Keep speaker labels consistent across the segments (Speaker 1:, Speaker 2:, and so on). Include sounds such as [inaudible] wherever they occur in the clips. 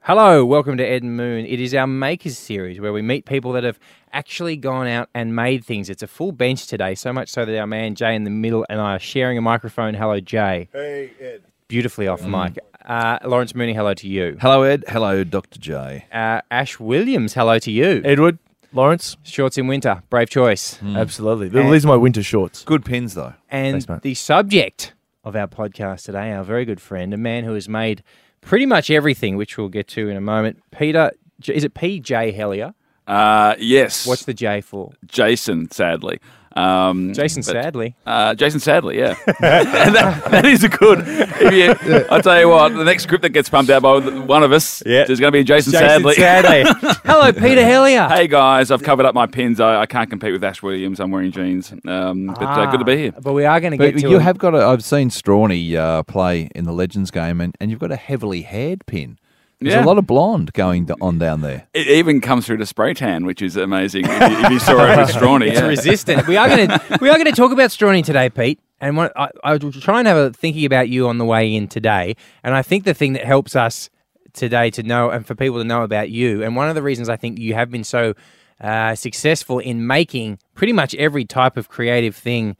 Speaker 1: Hello, welcome to Ed and Moon. It is our Makers series where we meet people that have actually gone out and made things. It's a full bench today, so much so that our man Jay in the middle and I are sharing a microphone. Hello, Jay.
Speaker 2: Hey, Ed.
Speaker 1: Beautifully off mic. Uh, Lawrence Mooney, hello to you.
Speaker 3: Hello, Ed. Hello, Dr. J.
Speaker 1: Uh, Ash Williams, hello to you.
Speaker 4: Edward, Lawrence,
Speaker 1: Shorts in winter, brave choice.
Speaker 4: Mm. absolutely. Th- These are my winter shorts.
Speaker 3: Good pins, though.
Speaker 1: And
Speaker 4: Thanks, mate.
Speaker 1: the subject of our podcast today, our very good friend, a man who has made pretty much everything, which we'll get to in a moment. Peter, J- is it PJ Hellier?
Speaker 5: Uh, yes.
Speaker 1: What's the J for?
Speaker 5: Jason? Sadly, um,
Speaker 1: Jason
Speaker 5: but-
Speaker 1: Sadly.
Speaker 5: Uh, Jason Sadly, yeah. [laughs] and that, that is a good. If you, I tell you what, the next script that gets pumped out by one of us
Speaker 2: Yeah.
Speaker 5: is going to be [laughs] Jason, Sadly.
Speaker 1: Hello, Peter Hellier.
Speaker 5: [laughs] Hey guys, I've covered up my pins. I, I can't compete with Ash Williams. I'm wearing jeans, um, but uh, good to be here.
Speaker 1: Ah, But we are going to
Speaker 3: But
Speaker 1: get to
Speaker 3: you
Speaker 1: it.
Speaker 3: have got a. I've seen Strawny uh, play in the Legends game, and, and you've got a heavily haired pin. There's
Speaker 5: Yeah.
Speaker 3: a lot of blonde going d on down there.
Speaker 5: It even comes through to spray tan, which is amazing. if, you, if you saw it with [laughs] Strawny,
Speaker 1: It's
Speaker 5: yeah.
Speaker 1: resistant. We are going to [laughs] we are going to talk about strawny today, Pete. And what, I, I was trying to have a thinking about you on the way in today. And I think the thing that helps us today to know and for people to know about you, and one of the reasons I think you have been so uh, successful in making pretty much every type of creative thing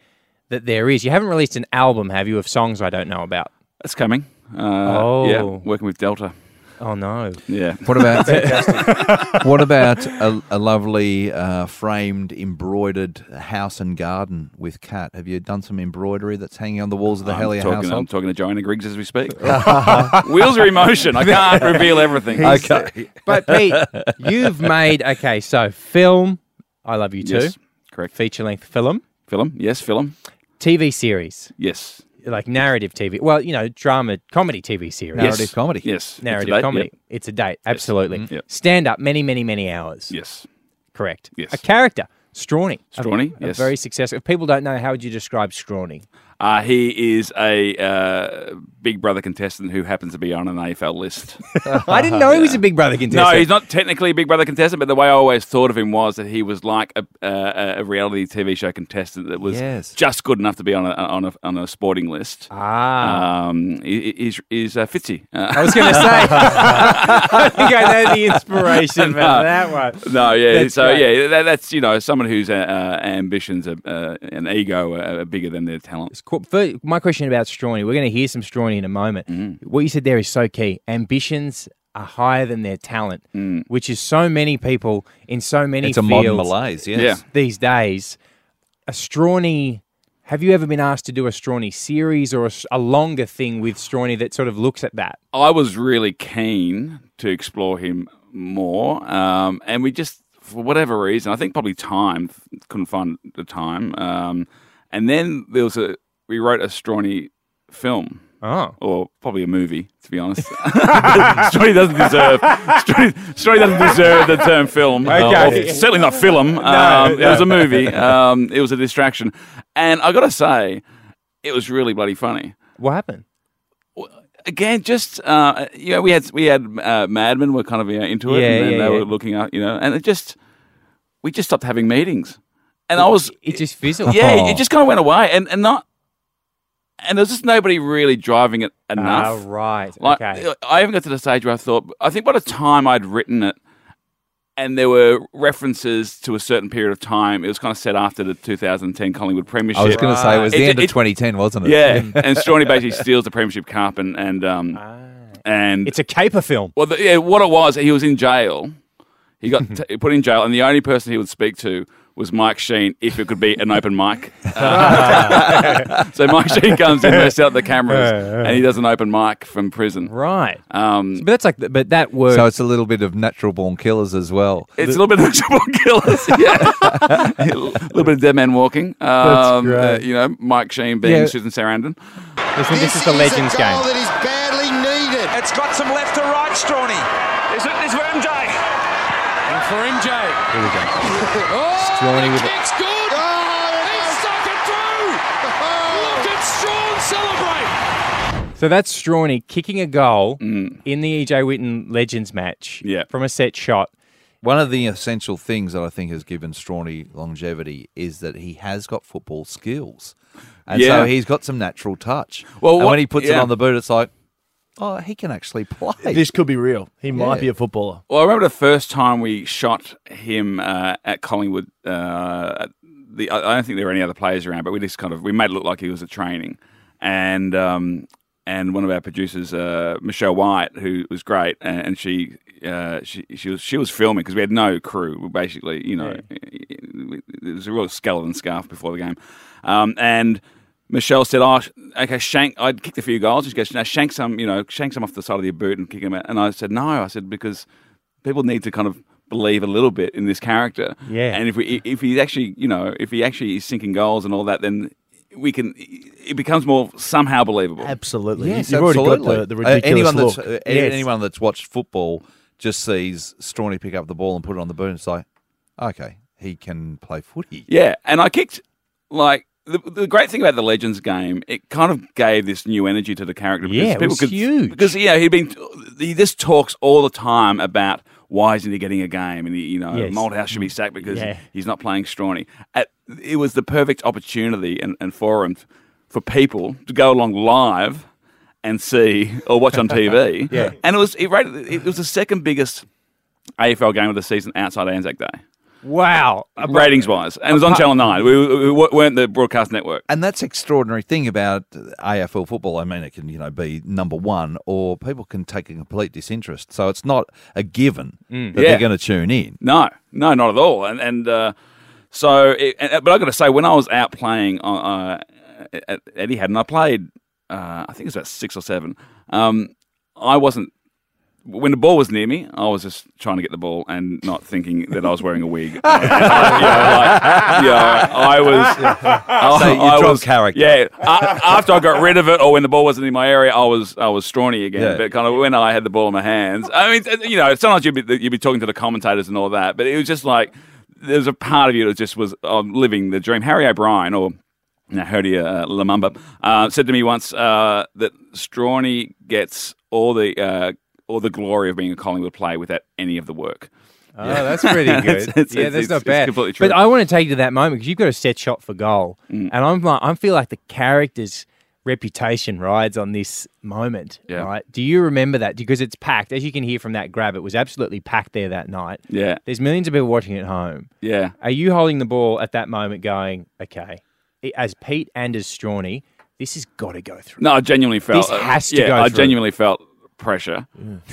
Speaker 1: that there is. You haven't released an album, have you, of songs I don't know about?
Speaker 5: It's coming. Uh,
Speaker 1: Oh.
Speaker 5: yeah, working with Delta.
Speaker 1: Oh no!
Speaker 5: Yeah,
Speaker 3: What
Speaker 5: [laughs]
Speaker 3: about what about a, a lovely uh, framed, embroidered house and garden with cat? Have you done some embroidery that's hanging on the walls of the
Speaker 5: I'm
Speaker 3: Hellier
Speaker 5: talking, I'm
Speaker 3: household?
Speaker 5: talking to Joanna Griggs as
Speaker 3: [laughs]
Speaker 5: we speak. Wheels are in motion. I can't reveal everything.
Speaker 3: Okay,
Speaker 1: But
Speaker 5: [laughs]
Speaker 1: Pete, you've made okay. So film, I love you too.
Speaker 5: Yes, correct.
Speaker 1: Feature length film,
Speaker 5: Film, yes, film,
Speaker 1: TV series.
Speaker 5: yes,
Speaker 1: like narrative TV. Well, you know, drama, comedy TV series.
Speaker 3: narrative comedy.
Speaker 5: yes.
Speaker 1: Narrative
Speaker 5: It's a date,
Speaker 1: comedy.
Speaker 5: yep.
Speaker 1: It's a date. Absolutely.
Speaker 5: Yep.
Speaker 1: Stand up many, many, many hours.
Speaker 5: Yes,
Speaker 1: Correct.
Speaker 5: Yes.
Speaker 1: A character. Strawny. A-
Speaker 5: Strawny,
Speaker 1: A,
Speaker 5: yes.
Speaker 1: very successful. If people don't know, how would you describe
Speaker 5: [laughs]
Speaker 1: Strawny?
Speaker 5: uh, he is a uh, Big Brother contestant who happens to be on an AFL
Speaker 3: [laughs]
Speaker 5: list.
Speaker 1: I didn't know he was a Big Brother contestant.
Speaker 5: no, he's not technically a Big Brother contestant, but the way I always thought of him was that he was like a, uh, a reality TV show contestant that was
Speaker 3: Yes.
Speaker 5: just good enough to be on a on a, on a sporting list.
Speaker 1: Ah.
Speaker 5: Um, he- he- he's is uh, Fitzy. Uh,
Speaker 1: I was going to
Speaker 5: [laughs]
Speaker 1: say. [laughs] I think I know the inspiration for that one.
Speaker 5: [laughs] No, yeah.
Speaker 1: That's
Speaker 5: so
Speaker 1: great.
Speaker 5: yeah, that, that's you know someone whose uh, uh, ambitions are, uh, and ego are, are bigger than their talent.
Speaker 1: It's cool. Fir- My question about Strawny, we're going to hear some Strawny in a moment. What you said there is so key. Ambitions are higher than their talent, which is so many people in so many
Speaker 3: It's a
Speaker 1: fields
Speaker 3: modern malaise. Yes.
Speaker 5: Yeah.
Speaker 1: these days. A Strawny, have you ever been asked to do a Strawny series or a, s- a longer thing with Strawny that sort of looks at that?
Speaker 5: I was really keen to explore him more, um, and we just for whatever reason, I think probably time couldn't find the time. Um, and then there was a we wrote a Strawny film.
Speaker 1: Oh.
Speaker 5: Or probably a movie, to be honest. [laughs] Strawny doesn't deserve. Strawny, Strawny doesn't deserve the term film.
Speaker 1: Okay.
Speaker 5: Or certainly not film. um, It was a movie. Um, it was a distraction, and I got to say, it was really bloody funny.
Speaker 1: What happened?
Speaker 5: Again, just uh, you know, we had we had uh, madmen were kind of you know, into it,
Speaker 1: Yeah,
Speaker 5: and then
Speaker 1: yeah,
Speaker 5: they
Speaker 1: yeah.
Speaker 5: were looking up, you know, and it just we just stopped having meetings, and I was
Speaker 1: It just fizzled.
Speaker 5: yeah, it- it just kind of went away, and and not, and there was just nobody really driving it
Speaker 1: Ah,
Speaker 5: enough.
Speaker 1: right.
Speaker 5: Like
Speaker 1: okay.
Speaker 5: I even got to the stage where I thought, I think by the time I'd written it, and there were references to a certain period of time, it was kind of set after the 2010 Collingwood Premiership.
Speaker 3: I was going to say it was the
Speaker 5: It-
Speaker 3: end of
Speaker 5: it-
Speaker 3: 2010, wasn't it?
Speaker 5: yeah, and Strawny basically steals the premiership cup, and and um, and
Speaker 1: It's a caper film.
Speaker 5: well, the, yeah, what it was, he was in jail. He got t- put in jail, and the only person he would speak to was Mike Sheen if it could be an open mic. Uh, [laughs] so Mike Sheen comes in, they set up the cameras, and he does an open mic from prison.
Speaker 1: Right.
Speaker 5: Um,
Speaker 1: But that's like, the- but that word.
Speaker 3: So it's a little bit of natural born killers as well.
Speaker 5: It's a little bit of Triple Killers, yeah. a little bit of Dead Man Walking. Um,
Speaker 4: great.
Speaker 5: uh, you know, Mike Sheen being
Speaker 3: Yeah.
Speaker 5: Susan Sarandon.
Speaker 1: listen, this is the Legends game.
Speaker 2: that is badly needed.
Speaker 6: It's got some left to right, Strawny. Is it this for MJ? And for MJ.
Speaker 1: Strawny with it.
Speaker 6: It's good. He's stuck it through. Look at Strawn celebrate.
Speaker 1: So that's Strawny kicking a goal in the EJ Witten Legends match
Speaker 5: Yeah.
Speaker 1: from a set shot.
Speaker 3: One of the essential things that I think has given Strawny longevity is that he has got football skills. And so
Speaker 5: Yeah.
Speaker 3: he's got some natural touch.
Speaker 5: Well,
Speaker 3: and
Speaker 5: what-
Speaker 3: when he puts it
Speaker 5: yeah.
Speaker 3: on the boot, it's like, oh, he can actually play.
Speaker 4: This could be real. He might be a footballer.
Speaker 5: Well, I remember the first time we shot him uh, at Collingwood. Uh, at the I I don't think there were any other players around, but we just kind of we made it look like he was at training, and um, and one of our producers, uh, Michelle White, who was great, and, and she. Uh, she she was she was filming because we had no crew. We basically, you know, it, it was a real skeleton scarf before the game, um, and Michelle said, "Oh, sh- okay, Shank." I'd kicked a few goals. She goes, "Now shank some, you know, shank some off the side of your boot and kick him out." And I said, "No," I said because people need to kind of believe a little bit in this character.
Speaker 1: Yeah.
Speaker 5: And if we, if he's actually, you know, if he actually is sinking goals and all that, then we can. It becomes more somehow believable.
Speaker 4: Absolutely.
Speaker 3: Yes,
Speaker 4: You've already
Speaker 3: absolutely.
Speaker 4: got the, the
Speaker 3: Uh,
Speaker 4: ridiculous
Speaker 3: anyone
Speaker 4: look.
Speaker 3: That's, uh, any- Anyone that's watched football just sees Strawny pick up the ball and put it on the boot and it's like, okay, he can play footy.
Speaker 5: Yeah, and I kicked like the, the great thing about the Legends game. It kind of gave this new energy to the character. Because
Speaker 1: Yeah, it was huge.
Speaker 5: Because you know he'd been he just talks all the time about why isn't he getting a game, and he, you know
Speaker 1: Yes. Mm.
Speaker 5: Malthouse should be sacked because
Speaker 1: Yeah.
Speaker 5: he's not playing Strawny. At, it was the perfect opportunity and, and forum f- for people to go along live and see or watch
Speaker 1: [laughs]
Speaker 5: on TV. yeah, and it was it rated it was the second biggest AFL game of the season outside Anzac Day
Speaker 1: Wow.
Speaker 5: ratings wise, and it was on Channel Nine. We, we weren't the broadcast network.
Speaker 3: And that's extraordinary thing about AFL football. I mean, it can you know be number one, or people can take a complete disinterest. So it's not a given that
Speaker 5: Mm. Yeah.
Speaker 3: they're going to tune in.
Speaker 5: No, no, not at all. And and uh, so, it, and, but I got to say, when I was out playing uh, uh, at Eddie Hadden, I played. Uh, I think it was about six or seven. Um, I wasn't. When the ball was near me, I was just trying to get the ball and not thinking that I was wearing a wig. [laughs] And I, you know, like, you know, I was. I,
Speaker 3: [laughs] So you
Speaker 5: I
Speaker 3: dropped character.
Speaker 5: Yeah. a- after I got rid of it, or when the ball wasn't in my area, I was I was strawny again.
Speaker 3: Yeah.
Speaker 5: But kind of when I had the ball in my hands, I mean, uh, you know, sometimes you'd be you'd be talking to the commentators and all that, but it was just like there was a part of you that just was um, living the dream. Harry O'Brien or now Herdia uh, Lamumba uh, said to me once uh, that Strawny gets all the uh, all the glory of being a Collingwood player without any of the work.
Speaker 1: Oh, that's pretty good.
Speaker 5: [laughs] it's-
Speaker 1: yeah, that's
Speaker 5: it's-
Speaker 1: not
Speaker 5: it's
Speaker 1: bad.
Speaker 5: completely true. Mm.
Speaker 1: But I want to take you to that moment because you've got a set shot for goal, and I'm like, I feel like the character's reputation rides on this moment.
Speaker 5: Yeah.
Speaker 1: Right? Do you remember that? Because it's packed, as you can hear from that grab. It was absolutely packed there that night.
Speaker 5: Yeah,
Speaker 1: There's millions of people watching at home.
Speaker 5: yeah.
Speaker 1: Are you holding the ball at that moment, going, okay, as Pete and as Strawny, this has got to go through.
Speaker 5: No, I genuinely felt
Speaker 1: This has to
Speaker 5: yeah,
Speaker 1: go
Speaker 5: I
Speaker 1: through.
Speaker 5: genuinely felt pressure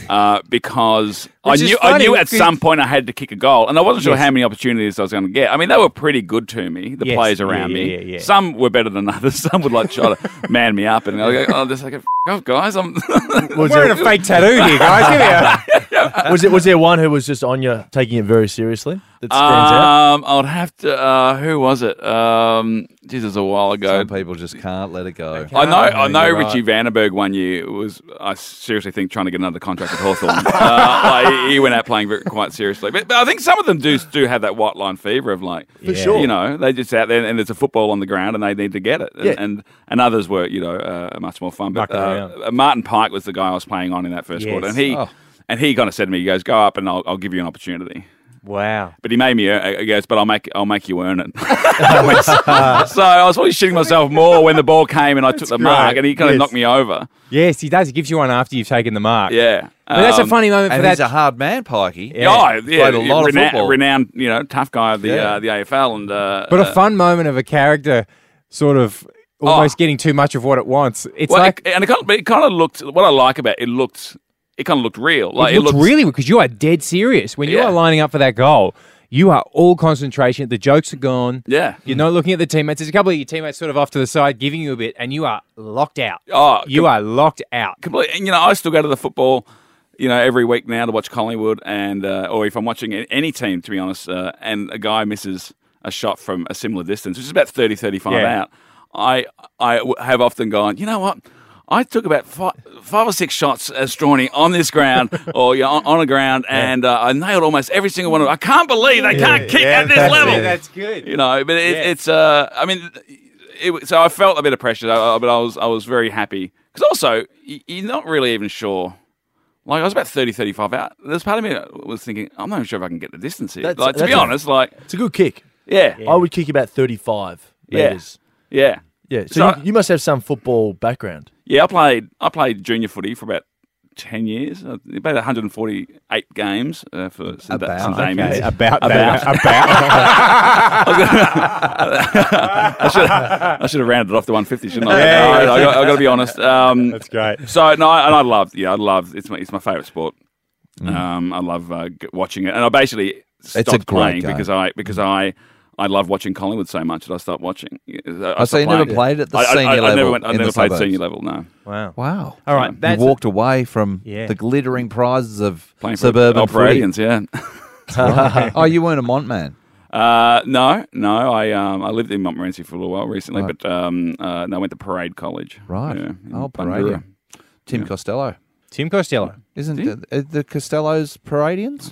Speaker 5: uh, because I
Speaker 1: Which is
Speaker 5: knew I
Speaker 1: funny
Speaker 5: knew at
Speaker 1: because-
Speaker 5: some point I had to kick a goal, and I wasn't sure
Speaker 1: Yes.
Speaker 5: how many opportunities I was going to get. I mean, they were pretty good to me, the
Speaker 1: Yes,
Speaker 5: players
Speaker 1: yeah,
Speaker 5: around
Speaker 1: yeah,
Speaker 5: me.
Speaker 1: yeah, yeah.
Speaker 5: Some were better than [laughs] others. Some would like try to man me up, and I was like, "Oh, just like F- off, guys." I'm [laughs]
Speaker 4: Was
Speaker 1: We're in a
Speaker 4: there,
Speaker 1: fake tattoo here, guys. Give me a-
Speaker 4: [laughs] was, it, was there one who was just on you taking it very seriously that stands out?
Speaker 5: um, I'd have to. Uh, who was it? Um, Jesus, a while ago.
Speaker 3: Some people just can't let it go.
Speaker 5: I know, I know.
Speaker 1: you're right.
Speaker 5: Richie Vandenberg one year was, I seriously think, trying to get another contract at Hawthorn. [laughs] uh, like, he went out playing very, quite seriously, but, but I think some of them do do have that white line fever of like, for
Speaker 4: sure.
Speaker 5: you know, they just out there and there's a football on the ground and they need to get it. And
Speaker 4: Yeah.
Speaker 5: and, and others were, you know, uh, much more fun. But
Speaker 1: Mucking
Speaker 5: uh, Martin Pike was the guy I was playing on in that first
Speaker 1: Yes.
Speaker 5: quarter, and he
Speaker 3: Oh.
Speaker 5: and he kind of said to me, he goes, "Go up and I'll, I'll give you an opportunity."
Speaker 1: wow.
Speaker 5: But he made me. earn- He goes, but I'll make I'll make you earn it. [laughs] so I was probably shitting myself more when the ball came and I took the mark, and he kind of
Speaker 1: Yes.
Speaker 5: knocked me over.
Speaker 1: Yes, he does. He gives you one after you've taken the mark.
Speaker 5: Yeah,
Speaker 1: But that's a
Speaker 5: Um,
Speaker 1: funny moment for
Speaker 3: and
Speaker 1: that.
Speaker 3: he's a hard man, Pikey.
Speaker 5: Yeah, oh, yeah,
Speaker 3: Played a lot of
Speaker 5: renowned,
Speaker 3: football.
Speaker 5: renowned, you know, tough guy of the
Speaker 3: Yeah.
Speaker 5: uh, the AFL, and uh,
Speaker 1: But
Speaker 5: uh,
Speaker 1: a fun moment of a character sort of almost getting too much of what it wants. It's
Speaker 5: Oh. well,
Speaker 1: like
Speaker 5: it, and it kind, of, but it kind of looked. What I like about it, it looked, it kind of looked real. Like
Speaker 1: it, looks
Speaker 5: looked-
Speaker 1: really because you are dead serious when you
Speaker 5: Yeah.
Speaker 1: are lining up for that goal. You are all concentration. The jokes are gone.
Speaker 5: Yeah.
Speaker 1: You're not looking at the teammates. There's a couple of your teammates sort of off to the side giving you a bit, and you are locked out.
Speaker 5: Oh,
Speaker 1: you are locked out.
Speaker 5: completely. And, you know, I still go to the football, you know, every week now to watch Collingwood, and uh, or if I'm watching a- any team, to be honest, uh, and a guy misses a shot from a similar distance, which is about 30, 35
Speaker 1: Yeah.
Speaker 5: out, I I w- have often gone, you know what? I took about five, five or six shots as Strawny on this ground or you know, on, on a ground, and uh, I nailed almost every single one of them. I can't believe they can't kick at this level
Speaker 1: good.
Speaker 5: you know. But it,
Speaker 1: Yeah.
Speaker 5: it's, uh, I mean, it, was- so I felt a bit of pressure, uh, but I was, I was very happy because also y- you're not really even sure. Like I was about 30, 35 out. There's part of me that was thinking, I'm not even sure if I can get the distance here.
Speaker 4: That's-
Speaker 5: like to
Speaker 4: that's
Speaker 5: be
Speaker 4: a-
Speaker 5: honest, like
Speaker 4: It's a good kick.
Speaker 5: yeah, yeah,
Speaker 4: I would kick about 35 metres.
Speaker 5: yeah,
Speaker 4: Yeah. So,
Speaker 5: So-
Speaker 4: you, you must have some football background.
Speaker 5: yeah. I played, I played junior footy for about ten years, uh, about 148 games uh, for St. Da-
Speaker 3: About,
Speaker 5: St.
Speaker 3: okay.
Speaker 5: Damian's.
Speaker 7: Hey, about that. About.
Speaker 5: I should have rounded off to 150, shouldn't I? I, I, got, I got to be honest. Um,
Speaker 7: That's great.
Speaker 5: So no, I- and I love, yeah, I love. It's my it's my favorite sport. Um, I love uh, g- watching it, and I basically stopped
Speaker 3: Mm. a great
Speaker 5: playing
Speaker 3: game.
Speaker 5: because I because I. I love watching Collingwood so much that I stopped watching. I stopped
Speaker 3: so you never
Speaker 5: playing.
Speaker 3: played at the
Speaker 5: I- I-
Speaker 3: senior
Speaker 5: I, I, never,
Speaker 3: level
Speaker 5: went, I
Speaker 3: in the
Speaker 5: never played
Speaker 3: suburbs?
Speaker 5: senior level. No,
Speaker 1: Wow.
Speaker 3: Wow.
Speaker 1: All right,
Speaker 3: You
Speaker 1: that's
Speaker 3: walked away from
Speaker 1: Yeah.
Speaker 3: the glittering prizes of
Speaker 5: playing for
Speaker 3: suburban footy.
Speaker 5: Operadians. Yeah. [laughs]
Speaker 3: oh, you weren't a Mont man.
Speaker 5: Uh, no, no. I um, I lived in Montmorency for a little while recently,
Speaker 3: Right.
Speaker 5: but um, uh, no, I went to Parade College.
Speaker 3: Right.
Speaker 5: Yeah, in
Speaker 3: oh, Paradian.
Speaker 5: Bundoora.
Speaker 3: Tim Costello.
Speaker 1: Tim Costello.
Speaker 3: Isn't
Speaker 5: Tim?
Speaker 3: the, uh, the Costellos Paradians?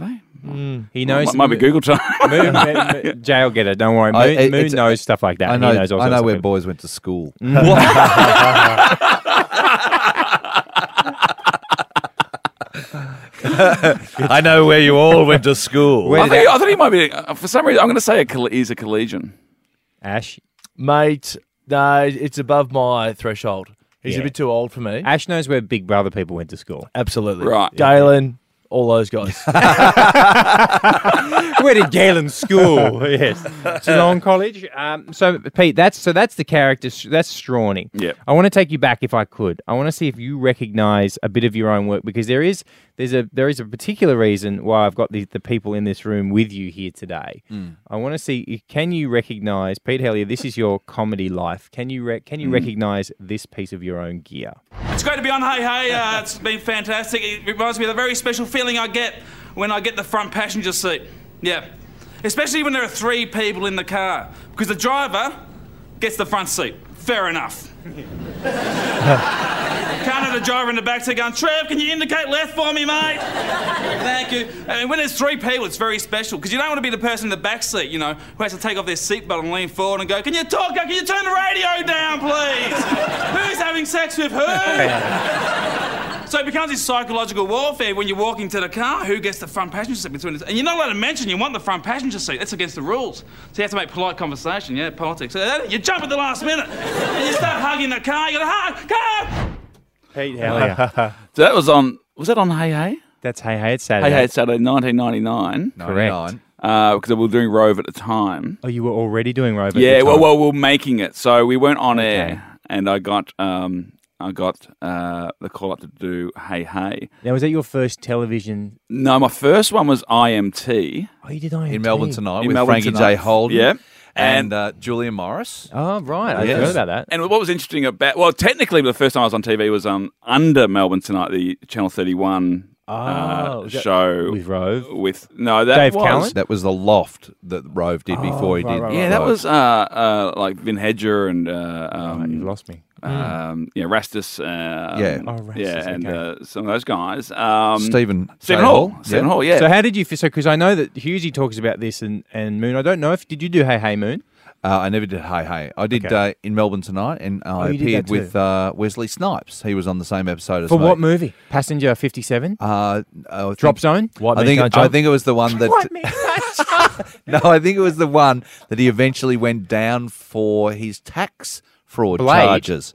Speaker 1: He knows.
Speaker 5: Might, might be Google time.
Speaker 3: [laughs]
Speaker 1: Moon, Moon- Jay will get it. Don't worry. Moon,
Speaker 3: I- it-
Speaker 1: Moon
Speaker 3: it's-
Speaker 1: knows stuff like that.
Speaker 3: I know.
Speaker 1: He knows all
Speaker 3: I
Speaker 1: sorts
Speaker 3: know
Speaker 1: of
Speaker 3: where
Speaker 1: people.
Speaker 3: boys went
Speaker 1: [laughs]
Speaker 3: to school.
Speaker 4: I know where you all went to school.
Speaker 1: Where
Speaker 5: [laughs] I,
Speaker 1: did
Speaker 5: think, I thought he might be. uh, for some reason, I'm going to say a colle- he's a collegian.
Speaker 1: Ash.
Speaker 4: Mate, no, it's above my threshold. He's
Speaker 1: Yeah.
Speaker 4: a bit too old for me.
Speaker 1: Ash knows where Big Brother people went to school.
Speaker 4: Absolutely.
Speaker 5: Right.
Speaker 4: Galen, all those guys.
Speaker 1: Where did Galen
Speaker 5: [laughs]
Speaker 1: school? yes, Geelong College. Um, so Pete, that's so that's the character. That's Strawny.
Speaker 5: Yep.
Speaker 1: I want to take you back if I could. I want to see if you recognise a bit of your own work because there is there's a there is a particular reason why I've got the, the people in this room with you here today.
Speaker 5: Mm.
Speaker 1: I want to see if- can you recognise Pete Hellier. This is your comedy life. Can you rec
Speaker 5: Mm.
Speaker 1: can you recognise this piece of your own gear?
Speaker 8: It's great to be on Hey Hey. Uh, it's been fantastic. It reminds me of the very special feeling I get when I get the front passenger seat. Yeah. Especially when there are three people in the car, because the driver gets the front seat. Fair enough. Can't have the driver in the back seat going, Trev, can you indicate left for me, mate? Thank you. And when there's three people, it's very special, because you don't want to be the person in the back seat, you know, who has to take off their seatbelt and lean forward and go, Can you talk? Can you turn the radio down, please? Who's having sex with who? So it becomes this psychological warfare when you're walking to the car, who gets the front passenger seat between us? And you're not allowed to mention you want the front passenger seat. That's against the rules. So you have to make polite conversation, yeah, politics. So that- You jump at the last minute and you start hugging the car. You go, hug, car!
Speaker 1: Pete Hellier.
Speaker 5: So that was on. Was that on Hey Hey?
Speaker 1: [laughs] that's hey hey it's Saturday.
Speaker 5: Hey Hey, Saturday, 1999.
Speaker 1: Correct.
Speaker 3: 99.
Speaker 5: Uh, because we were doing Rove at the time.
Speaker 1: Oh, you were already doing Rover. at
Speaker 5: yeah.
Speaker 1: the
Speaker 5: Well,
Speaker 1: time.
Speaker 5: well, we were making it, so we weren't on air, and I got um, I got uh, the call up to do Hey Hey.
Speaker 1: Now was that your first television?
Speaker 5: No, my first one was IMT.
Speaker 1: Oh, you did IMT.
Speaker 3: in Melbourne tonight
Speaker 5: In
Speaker 3: with
Speaker 5: Melbourne
Speaker 3: Frankie
Speaker 5: tonight.
Speaker 3: J. Holden.
Speaker 5: Yeah.
Speaker 3: And
Speaker 5: And-
Speaker 3: uh, Julian Morris.
Speaker 1: Oh right, I
Speaker 5: Yes.
Speaker 1: forgot about that.
Speaker 5: And what was interesting about well, technically the first time I was on TV was um under Melbourne tonight, the Channel Thirty One
Speaker 1: Oh,
Speaker 5: uh,
Speaker 1: was that
Speaker 5: show
Speaker 1: with Rove?
Speaker 5: with no that
Speaker 1: Dave
Speaker 5: was,
Speaker 1: Callan?
Speaker 3: That was the loft that Rove did before he did.
Speaker 1: Oh, right,
Speaker 5: Yeah, that was uh, uh, like Vin Hedger and uh,
Speaker 1: You've
Speaker 5: um,
Speaker 1: lost me.
Speaker 5: um, yeah, Rastus, um,
Speaker 3: Yeah.
Speaker 1: Mm. Oh, Rastus,
Speaker 5: yeah, and
Speaker 1: okay.
Speaker 5: uh, some of those guys. Um,
Speaker 3: Stephen
Speaker 5: Stephen
Speaker 3: J.
Speaker 5: Hall,
Speaker 3: Hall,
Speaker 5: Stephen
Speaker 3: yeah.
Speaker 5: Hall, yeah.
Speaker 1: So how did you feel? So because I know that Husey talks about this and, and Moon. I don't know if did you do Hey Hey Moon?
Speaker 3: Uh, I never did Hey Hey. I did
Speaker 1: Okay. Oh,
Speaker 3: uh, in Melbourne tonight, and I
Speaker 1: you did that
Speaker 3: appeared
Speaker 1: too.
Speaker 3: with uh, Wesley Snipes. He was on the same episode as
Speaker 1: For
Speaker 3: me.
Speaker 1: what movie? Passenger Fifty Seven.
Speaker 3: Uh, I think-
Speaker 1: Drop Zone.
Speaker 4: White
Speaker 3: I
Speaker 4: man
Speaker 3: think
Speaker 4: can't
Speaker 3: I
Speaker 4: jump.
Speaker 3: think it was the one that no, I think it was the one that he eventually went down for his tax fraud
Speaker 1: Blade? Oh.
Speaker 3: charges,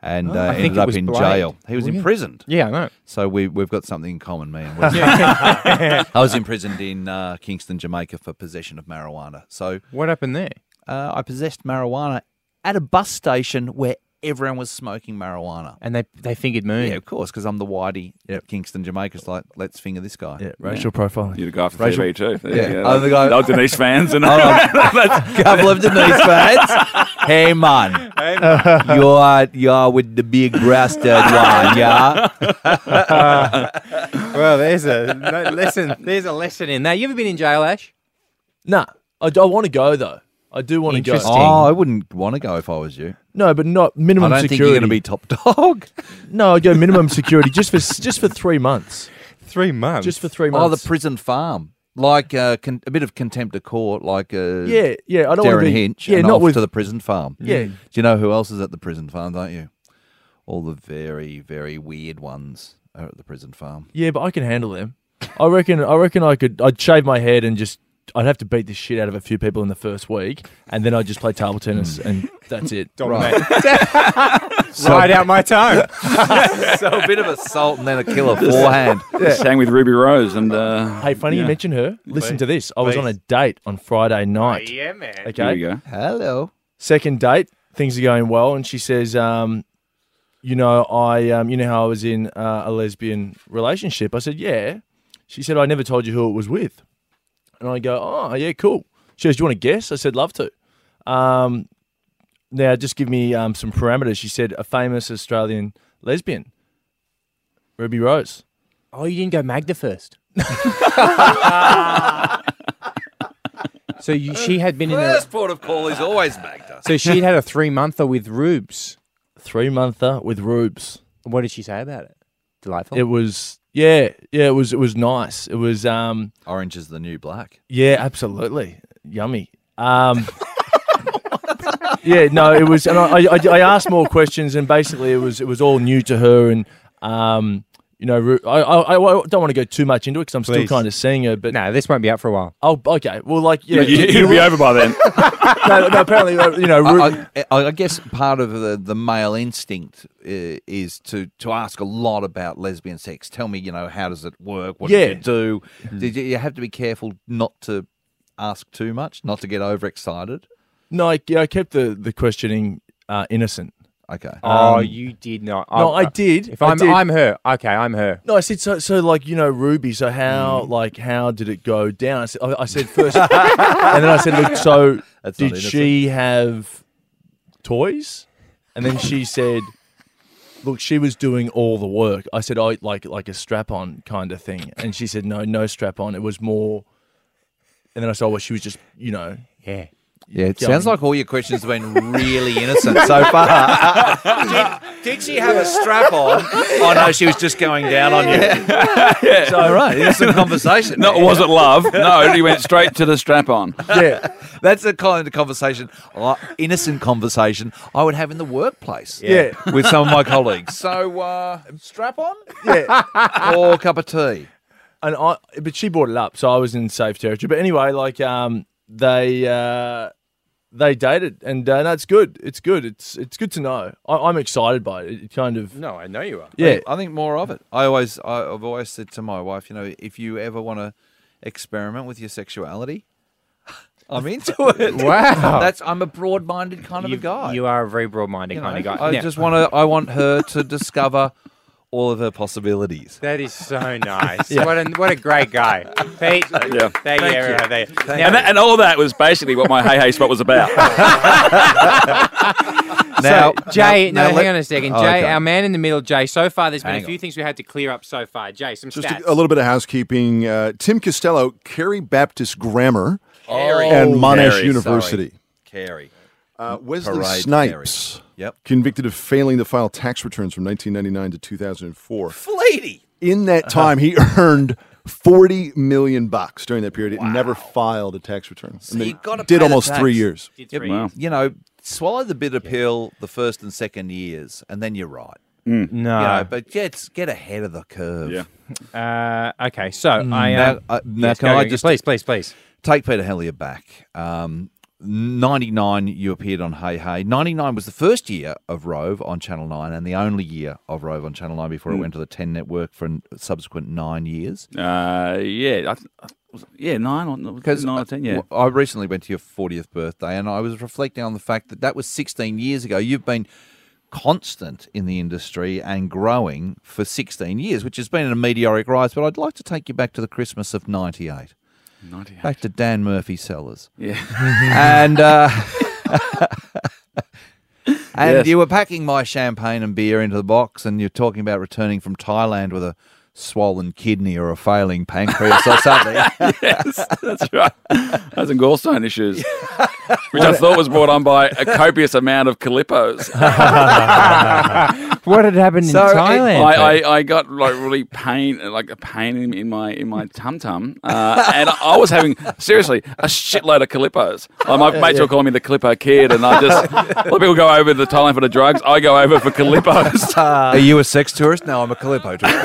Speaker 3: and uh,
Speaker 1: I think
Speaker 3: ended
Speaker 1: it
Speaker 3: up
Speaker 1: was
Speaker 3: in
Speaker 1: Blade.
Speaker 3: jail. He was
Speaker 1: Really?
Speaker 3: imprisoned.
Speaker 1: [laughs] Yeah, I know.
Speaker 3: So we we've got something in common, me and Wesley. [laughs] I was imprisoned in uh, Kingston, Jamaica, for possession of marijuana. So
Speaker 1: What happened there?
Speaker 3: uh, I possessed marijuana at a bus station where everyone was smoking marijuana.
Speaker 1: And they they fingered Moon.
Speaker 3: Yeah, of course, because I'm the whitey at Kingston, Jamaica. It's like, let's finger this guy.
Speaker 4: yeah, racial profiling.
Speaker 5: You're the guy for TV too.
Speaker 3: Yeah.
Speaker 5: There you go.
Speaker 3: I'm the guy-
Speaker 5: No Denise fans [laughs] and
Speaker 3: Couple of Denise fans. [laughs] Hey man, you're you're with the big breasted one, yeah.
Speaker 1: Well, there's a no, lesson. There's a lesson in that. You ever been in jail, Ash?
Speaker 4: Nah, I, I want to go though. I do want to go.
Speaker 1: Interesting.
Speaker 3: Oh, I wouldn't want to go if I was you.
Speaker 4: No, but not
Speaker 3: I
Speaker 4: minimum
Speaker 3: don't think you're
Speaker 4: security.
Speaker 3: going to be top dog.
Speaker 4: No, I go minimum security just for [laughs] just for three months.
Speaker 1: Three months.
Speaker 4: Just for three
Speaker 3: [laughs] Oh, the
Speaker 4: months.
Speaker 3: prison farm, like uh, con- a bit of contempt of court, like uh,
Speaker 4: yeah, yeah. I don't want
Speaker 3: Darren
Speaker 4: to be.
Speaker 3: Hinch,
Speaker 4: yeah,
Speaker 3: and
Speaker 4: not
Speaker 3: off
Speaker 4: with.
Speaker 3: to the prison farm.
Speaker 4: Yeah.
Speaker 3: Do you know who else is at the prison farm? Don't you? All the very, very weird ones are at the prison farm.
Speaker 4: yeah, but I can handle them. I reckon. I reckon I could. I'd shave my head and just I'd have to beat the shit out of a few people in the first week, and then I'd just play table tennis, and that's it.
Speaker 3: Dominate.
Speaker 1: [laughs] Ride out my toe.
Speaker 3: so a bit of assault and then a killer forehand.
Speaker 5: Sang with Ruby Rose and uh,
Speaker 4: Hey, funny you
Speaker 5: Yeah.
Speaker 4: mentioned her. Listen to this. I was on a date on Friday night.
Speaker 1: yeah, man.
Speaker 4: Okay.
Speaker 5: There you go.
Speaker 3: Hello.
Speaker 4: Second date, things are going well, and she says, um, "You know, I, um, you know how I was in uh, a lesbian relationship." I said, "Yeah." She said, "I never told you who it was with," and I go, "Oh, yeah, cool." She goes, "Do you want to guess?" I said, "Love to." Um, now, just give me um, some parameters. She said, "A famous Australian lesbian, Ruby Rose."
Speaker 1: Oh, you didn't go Magda first. so you, she had been in a,
Speaker 3: First port of call is always Magda.
Speaker 1: so she'd had a three monther with Rubes.
Speaker 4: Three monther with Rubes.
Speaker 1: What did she say about it? Delightful.
Speaker 4: It was yeah, yeah. It was it was nice. It was um
Speaker 3: Orange is the new black.
Speaker 4: yeah, absolutely yummy. Um, [laughs] yeah, no, it was, and I, I I asked more questions, and basically it was it was all new to her, and um you know Ru- I I, I don't want to go too much into it because I'm still
Speaker 1: Please.
Speaker 4: kind of seeing her, but
Speaker 1: no, this won't be out for a while.
Speaker 4: oh okay, well like you
Speaker 5: [laughs]
Speaker 4: know,
Speaker 5: You- It'll be over by then.
Speaker 4: no, no, apparently uh, you know Ru-
Speaker 3: I, I, I guess part of the, the male instinct uh, is to, to ask a lot about lesbian sex. Tell me, you know, how does it work? What
Speaker 4: Yeah.
Speaker 3: do you do? Did you, you have to be careful not to ask too much, not to get overexcited?
Speaker 4: no, I, yeah, I kept the the questioning uh, innocent.
Speaker 3: Okay.
Speaker 1: oh, you did not.
Speaker 4: no, I did.
Speaker 1: If
Speaker 4: I
Speaker 1: I'm,
Speaker 4: did.
Speaker 1: I'm her. Okay, I'm her.
Speaker 4: No, I said so. So, like you know, Ruby. So,
Speaker 3: Mm.
Speaker 4: how like how did it go down? I said, I, I said first, [laughs] and then I said, look. So,
Speaker 3: That's not
Speaker 4: did she have toys? And
Speaker 3: [laughs]
Speaker 4: then she said, look, she was doing all the work. I said, I like like a strap on kind of thing. And she said, no, no strap on. It was more. And then I said, oh, well, she was just you
Speaker 3: [laughs]
Speaker 4: know.
Speaker 1: Yeah.
Speaker 3: Yeah, it
Speaker 4: Yeah,
Speaker 3: sounds
Speaker 4: I mean-
Speaker 3: like all your questions have been really innocent so far. did, did she have a strap on? Oh no, she was just going down on you. So, all [laughs] right, innocent conversation.
Speaker 5: [laughs] No, was it love? No, he went straight to the strap on.
Speaker 4: Yeah,
Speaker 3: That's the kind of conversation, uh, innocent conversation, I would have in the workplace.
Speaker 4: Yeah.
Speaker 3: [laughs] with some of my colleagues. So, uh, strap on
Speaker 4: yeah.
Speaker 3: [laughs] or cup of tea?
Speaker 4: and I, but she brought it up, so I was in safe territory. But anyway, like um, they uh, they dated, and uh, no, it's good. It's good. It's it's good to know. I, I'm excited by it. It kind of
Speaker 1: No, I know you are.
Speaker 4: yeah.
Speaker 3: I think more of it. I always, I, I've always said to my wife, you know, if you ever want to experiment with your sexuality, [laughs]
Speaker 1: [laughs]
Speaker 3: I'm into it.
Speaker 1: Wow.
Speaker 3: That's I'm a broad-minded kind of
Speaker 1: you,
Speaker 3: a guy.
Speaker 1: You are a very broad-minded kind of guy.
Speaker 3: I
Speaker 1: Now,
Speaker 3: just want to. I want her [laughs] to discover all of her possibilities.
Speaker 1: that is so nice. What a what a great guy, Pete. Yeah. Thank, you. everyone. Thank you. Now,
Speaker 5: And, that, and all that was basically what my hey hey spot was [laughs] about.
Speaker 3: Now,
Speaker 1: Jay,
Speaker 3: now-
Speaker 1: no,
Speaker 3: now
Speaker 1: hang
Speaker 3: let-
Speaker 1: on a second.
Speaker 3: Oh,
Speaker 1: Jay,
Speaker 3: okay.
Speaker 1: our man in the middle, Jay. So far, there's been
Speaker 3: Hang
Speaker 1: a few
Speaker 3: on.
Speaker 1: things we had to clear up so far. Jay, some
Speaker 7: Just
Speaker 1: stats.
Speaker 7: a, a little bit of housekeeping. Uh, Tim Costello, Cary Baptist Grammar,
Speaker 3: Carrie.
Speaker 7: and Monash
Speaker 3: Carrie,
Speaker 7: University.
Speaker 3: sorry. Carrie.
Speaker 7: Uh, Wesley
Speaker 3: Parade,
Speaker 7: Snipes,
Speaker 3: Yep.
Speaker 7: convicted of failing to file tax returns from 1999 to 2004.
Speaker 3: Lady.
Speaker 7: In that time, he [laughs] earned 40 million bucks during that period. It never filed a tax return. And then
Speaker 3: you gotta pay
Speaker 7: did
Speaker 3: the
Speaker 7: almost
Speaker 3: tax.
Speaker 7: three years.
Speaker 1: Did three.
Speaker 5: Wow.
Speaker 3: You know, swallow the bitter pill the first and second years, and then you're right.
Speaker 1: No.
Speaker 3: You know, but get get ahead of the curve.
Speaker 5: Yeah.
Speaker 1: Uh, okay, so I
Speaker 3: Now,
Speaker 1: um,
Speaker 3: uh, now
Speaker 1: yes,
Speaker 3: can
Speaker 1: go,
Speaker 3: I
Speaker 1: go,
Speaker 3: just
Speaker 1: please, please, please?
Speaker 3: take Peter Hellier back? Um, 99, you appeared on Hey Hey. 99 was the first year of Rove on Channel 9 and the only year of Rove on Channel 9 before
Speaker 7: Hmm.
Speaker 3: it went to the 10 network for a subsequent nine years.
Speaker 5: Uh, yeah, I, th- I- was it- yeah, nine or
Speaker 3: Because
Speaker 5: nine or ten. Yeah,
Speaker 3: uh, I recently went to your 40th birthday and I was reflecting on the fact that that was 16 years ago. You've been constant in the industry and growing for 16 years, which has been a meteoric rise. But I'd like to take you back to the Christmas of 98,
Speaker 5: ninety eight.
Speaker 3: back to Dan Murphy Sellers.
Speaker 5: Yeah, [laughs]
Speaker 3: and uh, [laughs] and
Speaker 5: Yes.
Speaker 3: you were packing my champagne and beer into the box, and you're talking about returning from Thailand with a swollen kidney or a failing pancreas or
Speaker 1: [laughs]
Speaker 3: something.
Speaker 5: yes, that's right. That's in gallstone [laughs] issues, which I thought was brought on by a copious amount of calippos. [laughs]
Speaker 1: What had happened
Speaker 3: So
Speaker 1: in
Speaker 3: it-
Speaker 1: Thailand?
Speaker 5: I, I, I got like really pain, like a pain in, in my in my tum tum, uh, and I was having seriously a shitload of calippos. Like my mates were calling me the calippo kid, and I just a lot of people go over to Thailand for the drugs. I go over for calippos.
Speaker 3: Are you a sex tourist? No, I'm a Calippo tourist.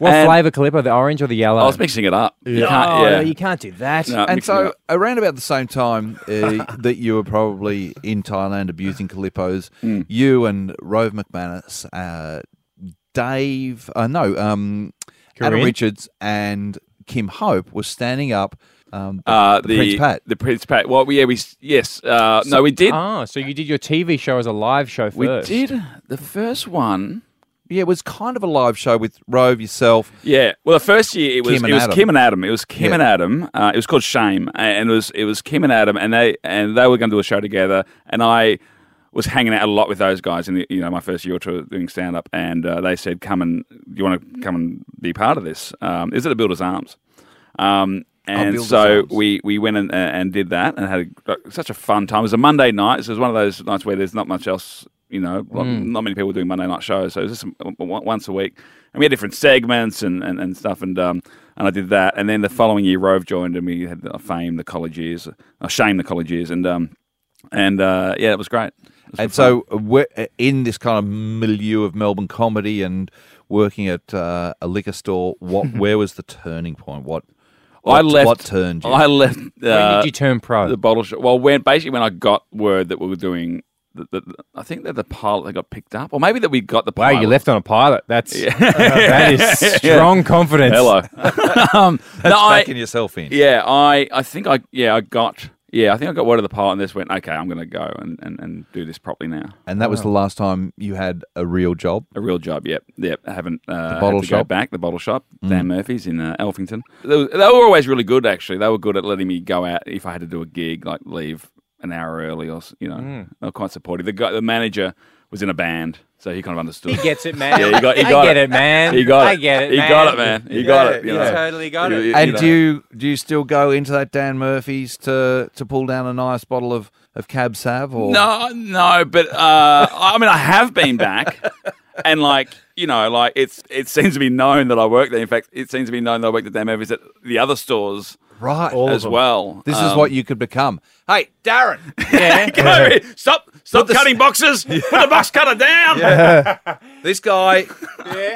Speaker 1: What
Speaker 5: And-
Speaker 1: flavour Calippo? The orange or the yellow?
Speaker 5: I was mixing it up. You can't-
Speaker 1: Oh,
Speaker 5: yeah.
Speaker 1: you can't do that.
Speaker 5: No,
Speaker 3: [laughs] and
Speaker 5: mixing it
Speaker 3: so
Speaker 5: up.
Speaker 3: around about the same time uh, that you were probably in Thailand abusing Calippos,
Speaker 5: Mm.
Speaker 3: you and Rove McManus, uh, Dave, uh, no, um, Adam
Speaker 1: Corinne?
Speaker 3: Richards and Kim Hope were standing up. Um,
Speaker 5: Uh,
Speaker 3: the, Prince Pat.
Speaker 5: The Prince Pat. Well, yeah, we s- yes. Uh, no, we did.
Speaker 1: Ah, so you did your TV show as a live show
Speaker 5: we
Speaker 1: first.
Speaker 5: did the first one.
Speaker 3: yeah, it was kind of a live show with Rove yourself.
Speaker 5: Yeah. Well, the first year it was
Speaker 3: Kim and
Speaker 5: it was
Speaker 3: Adam.
Speaker 5: Kim and Adam. It was Kim
Speaker 3: Yeah.
Speaker 5: and Adam. Uh, it was called Shame, and it was it was Kim and Adam, and they and they were going to do a show together, and I was hanging out a lot with those guys in the, you know my first year or two doing stand up, and uh, they said, "Come and you want to come and be part of this? Um, is it a Builder's Arms?" Um, and
Speaker 3: Builder's
Speaker 5: so
Speaker 3: Arms.
Speaker 5: we we went and, uh, and did that and had a, such a fun time. It was a Monday night, so it was one of those nights where there's not much else, you know, like,
Speaker 3: Mm.
Speaker 5: not many people doing Monday night shows. So it was just o- o- once a week, and we had different segments and, and, and stuff. And um and I did that, and then the following year, Rove joined, and we had the fame the college years, uh, shame the college years, and um and uh, yeah, it was great. It was
Speaker 3: And
Speaker 5: fun.
Speaker 3: so we're in this kind of milieu of Melbourne comedy and working at uh, a liquor store.
Speaker 5: [laughs]
Speaker 3: What? where was the turning point? What?
Speaker 5: I
Speaker 3: what-
Speaker 5: left.
Speaker 3: What turned you?
Speaker 5: I left.
Speaker 1: When
Speaker 5: uh,
Speaker 1: did you turn pro?
Speaker 5: the bottle shop. Well, when basically when I got word that we were doing, the, the, the- I think that the pilot that got picked up, or maybe that we got the
Speaker 1: wow,
Speaker 5: pilot.
Speaker 1: you left on a pilot. That's [laughs] that is strong confidence. [laughs]
Speaker 5: [laughs] Hello. um, no, I,
Speaker 3: Backing yourself in.
Speaker 5: yeah, I, I think I, yeah, I got, yeah, I think I got word of the pilot and this went, okay, I'm going to go and, and, and do this properly now.
Speaker 3: And that was the last time you had a real job.
Speaker 5: A real job, yep, yep. I haven't uh, the
Speaker 3: bottle
Speaker 5: had to go
Speaker 3: shop? Mm.
Speaker 5: back. The bottle shop, Dan Murphy's in uh, Elphington. They, were- they were always really good, actually. They were good at letting me go out if I had to do a gig, like leave an hour early, or s- you know,
Speaker 3: Mm.
Speaker 5: they were quite supportive. The guy, the manager was in a band, so he kind of understood.
Speaker 1: He gets it, man.
Speaker 5: Yeah, you got- you
Speaker 1: I
Speaker 5: got
Speaker 1: get
Speaker 5: it.
Speaker 1: it, man.
Speaker 5: He got it.
Speaker 1: I get it.
Speaker 5: He
Speaker 1: man.
Speaker 5: got it, man. He got it, you know.
Speaker 1: totally got
Speaker 5: You-
Speaker 1: it.
Speaker 5: you-
Speaker 3: And
Speaker 5: you know.
Speaker 3: do you do you still go into that Dan Murphy's to to pull down a nice bottle of of Cab Sav or
Speaker 5: [laughs] No, no, but uh, I mean, I have
Speaker 3: [laughs]
Speaker 5: been back, and like you know, like it's it seems to be known that I work there. In fact, it seems to be known that I work at Dan Murphy's at the other stores
Speaker 3: right?
Speaker 5: as well.
Speaker 3: This is
Speaker 5: Um,
Speaker 3: what you could become. Hey, Darren,
Speaker 5: Gary, stop, stop cutting
Speaker 1: [laughs]
Speaker 5: boxes. Put the box cutter down.
Speaker 3: this [laughs] guy,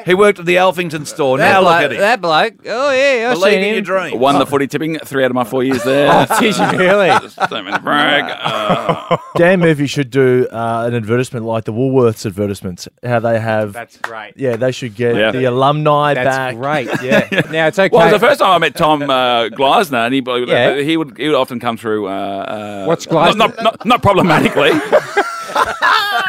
Speaker 3: he worked at the Alphington store.
Speaker 1: That,
Speaker 3: Now look
Speaker 1: bloke,
Speaker 3: at him.
Speaker 1: that bloke. Oh yeah, I've
Speaker 3: Believe
Speaker 1: seen
Speaker 3: in your
Speaker 1: him.
Speaker 3: dream.
Speaker 5: Won the footy tipping three out of my four years there.
Speaker 1: Did you [laughs] really?
Speaker 5: Don't mean to brag. [laughs] Uh,
Speaker 4: [laughs] Dan Murphy should do uh, an advertisement like the Woolworths advertisements, how they have.
Speaker 1: That's great.
Speaker 4: yeah, they should get
Speaker 5: Yeah.
Speaker 4: the alumni
Speaker 1: That's
Speaker 4: back.
Speaker 1: great. [laughs] Yeah. now it's okay.
Speaker 5: well, it was the first time I met Tom uh, Glasner, and he
Speaker 1: Yeah.
Speaker 5: he would he would often come through. Uh, uh,
Speaker 1: What's
Speaker 5: not- Not,
Speaker 1: Glasner?
Speaker 5: not,
Speaker 1: [laughs]
Speaker 5: not problematically.